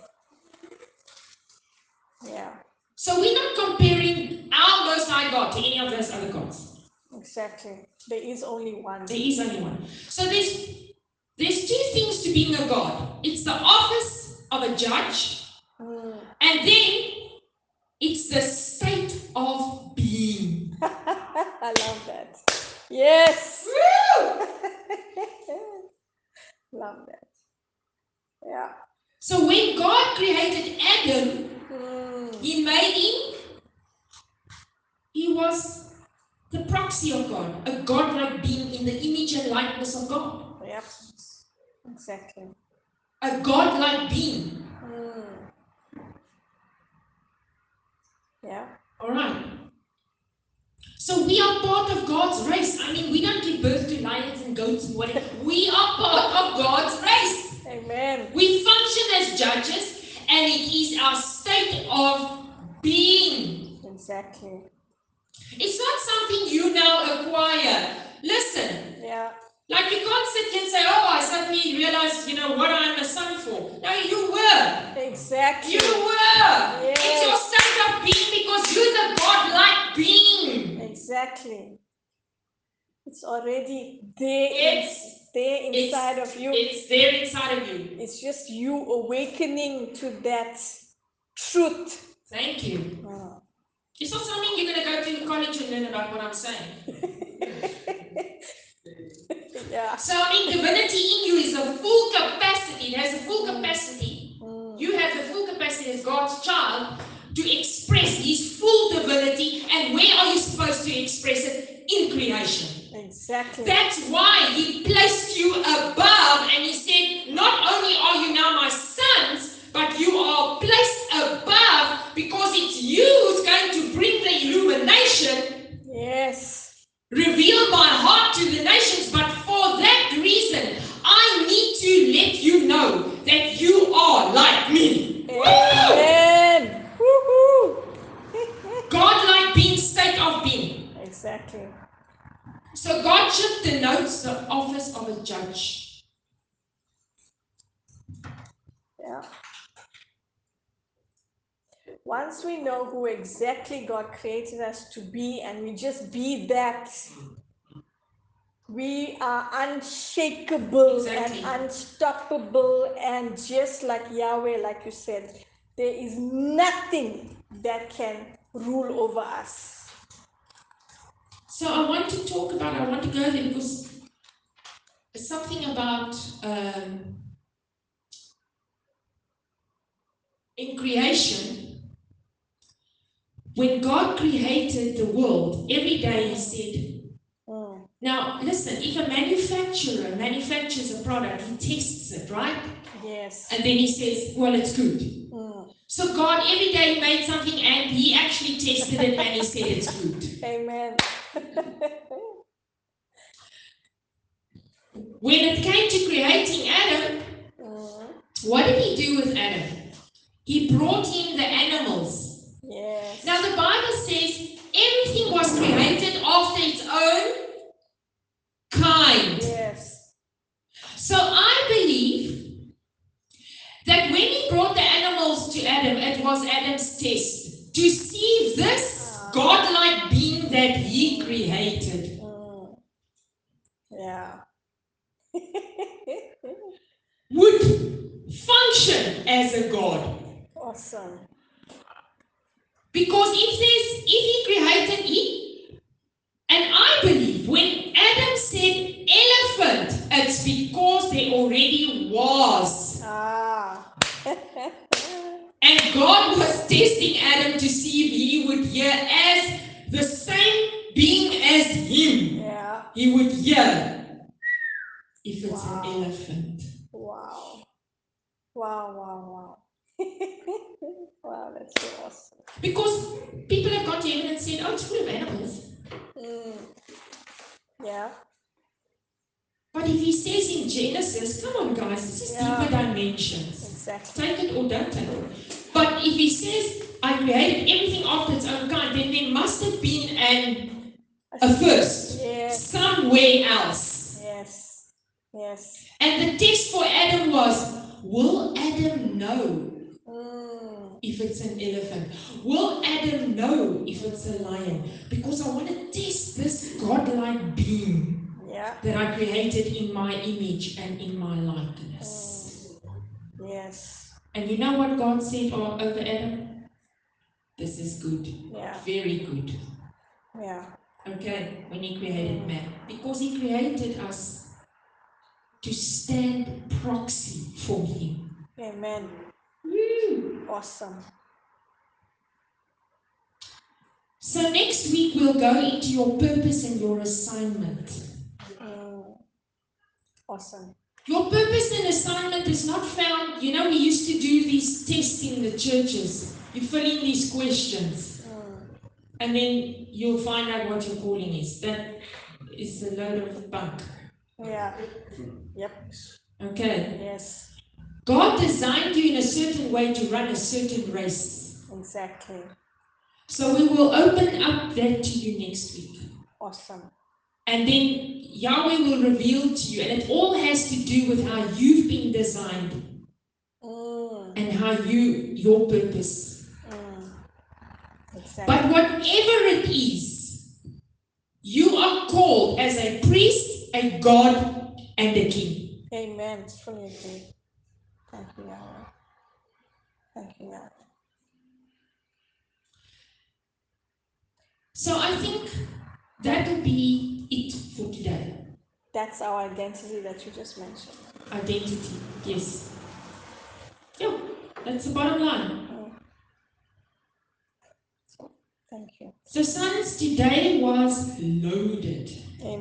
Speaker 2: Yeah,
Speaker 1: So we're not comparing our Most High God to any of those other gods.
Speaker 2: exactly. There is only one.
Speaker 1: There is only one. So there's there's two things to be speaking of God. It's the office of a judge,
Speaker 2: Mm.
Speaker 1: and then it's the state of being.
Speaker 2: I love that. Yes. (laughs) love that. Yeah.
Speaker 1: So when God created Adam,
Speaker 2: Mm.
Speaker 1: he made him, he was the proxy of God, a godlike being in the image and likeness of God,
Speaker 2: Yep. Exactly.
Speaker 1: a godlike being.
Speaker 2: Mm. Yeah.
Speaker 1: All right. So we are part of God's race. I mean, we don't give birth to lions and goats and whatever. We are part of God's race.
Speaker 2: Amen.
Speaker 1: We function as judges, and it is our state of being.
Speaker 2: Exactly.
Speaker 1: It's not something you now acquire. Listen,
Speaker 2: Yeah.
Speaker 1: like you can't sit here and say, "Oh, I suddenly realized, you know, what I'm a son for." No, you were.
Speaker 2: Exactly.
Speaker 1: You were. It's your state of being because you're the God-like being.
Speaker 2: Exactly. It's already there,
Speaker 1: It's-
Speaker 2: it's, there inside of you.
Speaker 1: It's there inside of you.
Speaker 2: It's just you awakening to that truth.
Speaker 1: Thank you.
Speaker 2: Mm.
Speaker 1: It's not something you're going to go to college and learn about what I'm saying.
Speaker 2: Yeah.
Speaker 1: So, I mean, divinity in you is a full capacity. It has a full capacity.
Speaker 2: Mm.
Speaker 1: You have the full capacity as God's child to express His full divinity. And where are you supposed to express it? In creation.
Speaker 2: Exactly.
Speaker 1: That's why He placed you above and He said, Not only are you now my sons, but you are placed above because it's you who's going to bring the illumination
Speaker 2: Yes.
Speaker 1: Reveal my heart to the nations, but for that reason, I need to let you know that you are like me. Woo!
Speaker 2: Amen. Woohoo. (laughs)
Speaker 1: God-like being, state of being.
Speaker 2: exactly.
Speaker 1: So Godship denotes the office of a judge.
Speaker 2: Yeah. Once we know who exactly God created us to be and we just be that, we are unshakable
Speaker 1: Exactly.
Speaker 2: and unstoppable, and just like Yahweh, like you said, there is nothing that can rule over us.
Speaker 1: So I want to talk about, I want to go there because it's something about um, in creation. When God created the world, every day He said,
Speaker 2: Mm,
Speaker 1: Now, listen, if a manufacturer manufactures a product, he tests it, right?
Speaker 2: yes.
Speaker 1: And then he says, well, it's good.
Speaker 2: Mm,
Speaker 1: So God every day made something and he actually tested it and he said it's good.
Speaker 2: amen.
Speaker 1: When it came to creating Adam,
Speaker 2: Mm,
Speaker 1: what did he do with Adam? He brought him the animals.
Speaker 2: yes.
Speaker 1: Now, the Bible says everything was created after its own kind.
Speaker 2: Yes.
Speaker 1: So I believe that when he brought the animals to Adam, it was Adam's test to see this godlike being that he created.
Speaker 2: Mm, yeah. (laughs)
Speaker 1: Would function as a god.
Speaker 2: Awesome.
Speaker 1: Because if there's if he created it, and I believe when Adam said elephant, it's because there already was.
Speaker 2: Ah. (laughs)
Speaker 1: And God was testing Adam to see if he would hear as the same being as him.
Speaker 2: yeah.
Speaker 1: He would hear if it's
Speaker 2: Wow.
Speaker 1: an elephant.
Speaker 2: Wow. Wow, wow, (laughs) wow. wow, that's so awesome.
Speaker 1: Because people have got to heaven and said, oh, it's full of animals.
Speaker 2: Mm. Yeah.
Speaker 1: But if he says in Genesis, come on, guys, this is
Speaker 2: Yeah.
Speaker 1: deeper dimensions.
Speaker 2: Exactly.
Speaker 1: Take it or don't take it. But if he says, I created everything after its own kind, then there must have been an, a first
Speaker 2: Yes.
Speaker 1: somewhere else.
Speaker 2: Yes. Yes.
Speaker 1: And the test for Adam was Will Adam know
Speaker 2: Mm.
Speaker 1: if it's an elephant? Will Adam know if it's a lion? Because I want to test this godlike being
Speaker 2: Yeah.
Speaker 1: that I created in my image and in my likeness.
Speaker 2: Mm. Yes.
Speaker 1: And you know what God said o- over Adam? This is good,
Speaker 2: Yeah.
Speaker 1: very good.
Speaker 2: Yeah.
Speaker 1: Okay, when He created man, because He created us to stand proxy for Him.
Speaker 2: Amen.
Speaker 1: Woo.
Speaker 2: Awesome.
Speaker 1: So next week we'll go into your purpose and your assignment.
Speaker 2: Mm. Awesome.
Speaker 1: Your purpose and assignment is not found. You know, we used to do these tests in the churches. You fill in these questions,
Speaker 2: Mm.
Speaker 1: and then you'll find out what your calling is. That is a load of bunk.
Speaker 2: Yeah. Yep.
Speaker 1: Okay.
Speaker 2: Yes.
Speaker 1: God designed you in a certain way to run a certain race.
Speaker 2: Exactly.
Speaker 1: So we will open up that to you next week.
Speaker 2: Awesome.
Speaker 1: And then Yahweh will reveal to you, and it all has to do with how you've been designed
Speaker 2: Mm.
Speaker 1: and how you, your purpose
Speaker 2: Mm. Exactly.
Speaker 1: But whatever it is, you are called as a priest, a God, and a king.
Speaker 2: Amen. Truly agree. Thank you, Yahweh. Thank you, Yahweh.
Speaker 1: So I think that will be it for today.
Speaker 2: That's our identity that you just mentioned.
Speaker 1: Identity, yes. Yeah, that's the bottom line.
Speaker 2: Mm. Thank you.
Speaker 1: So, sons, today was loaded.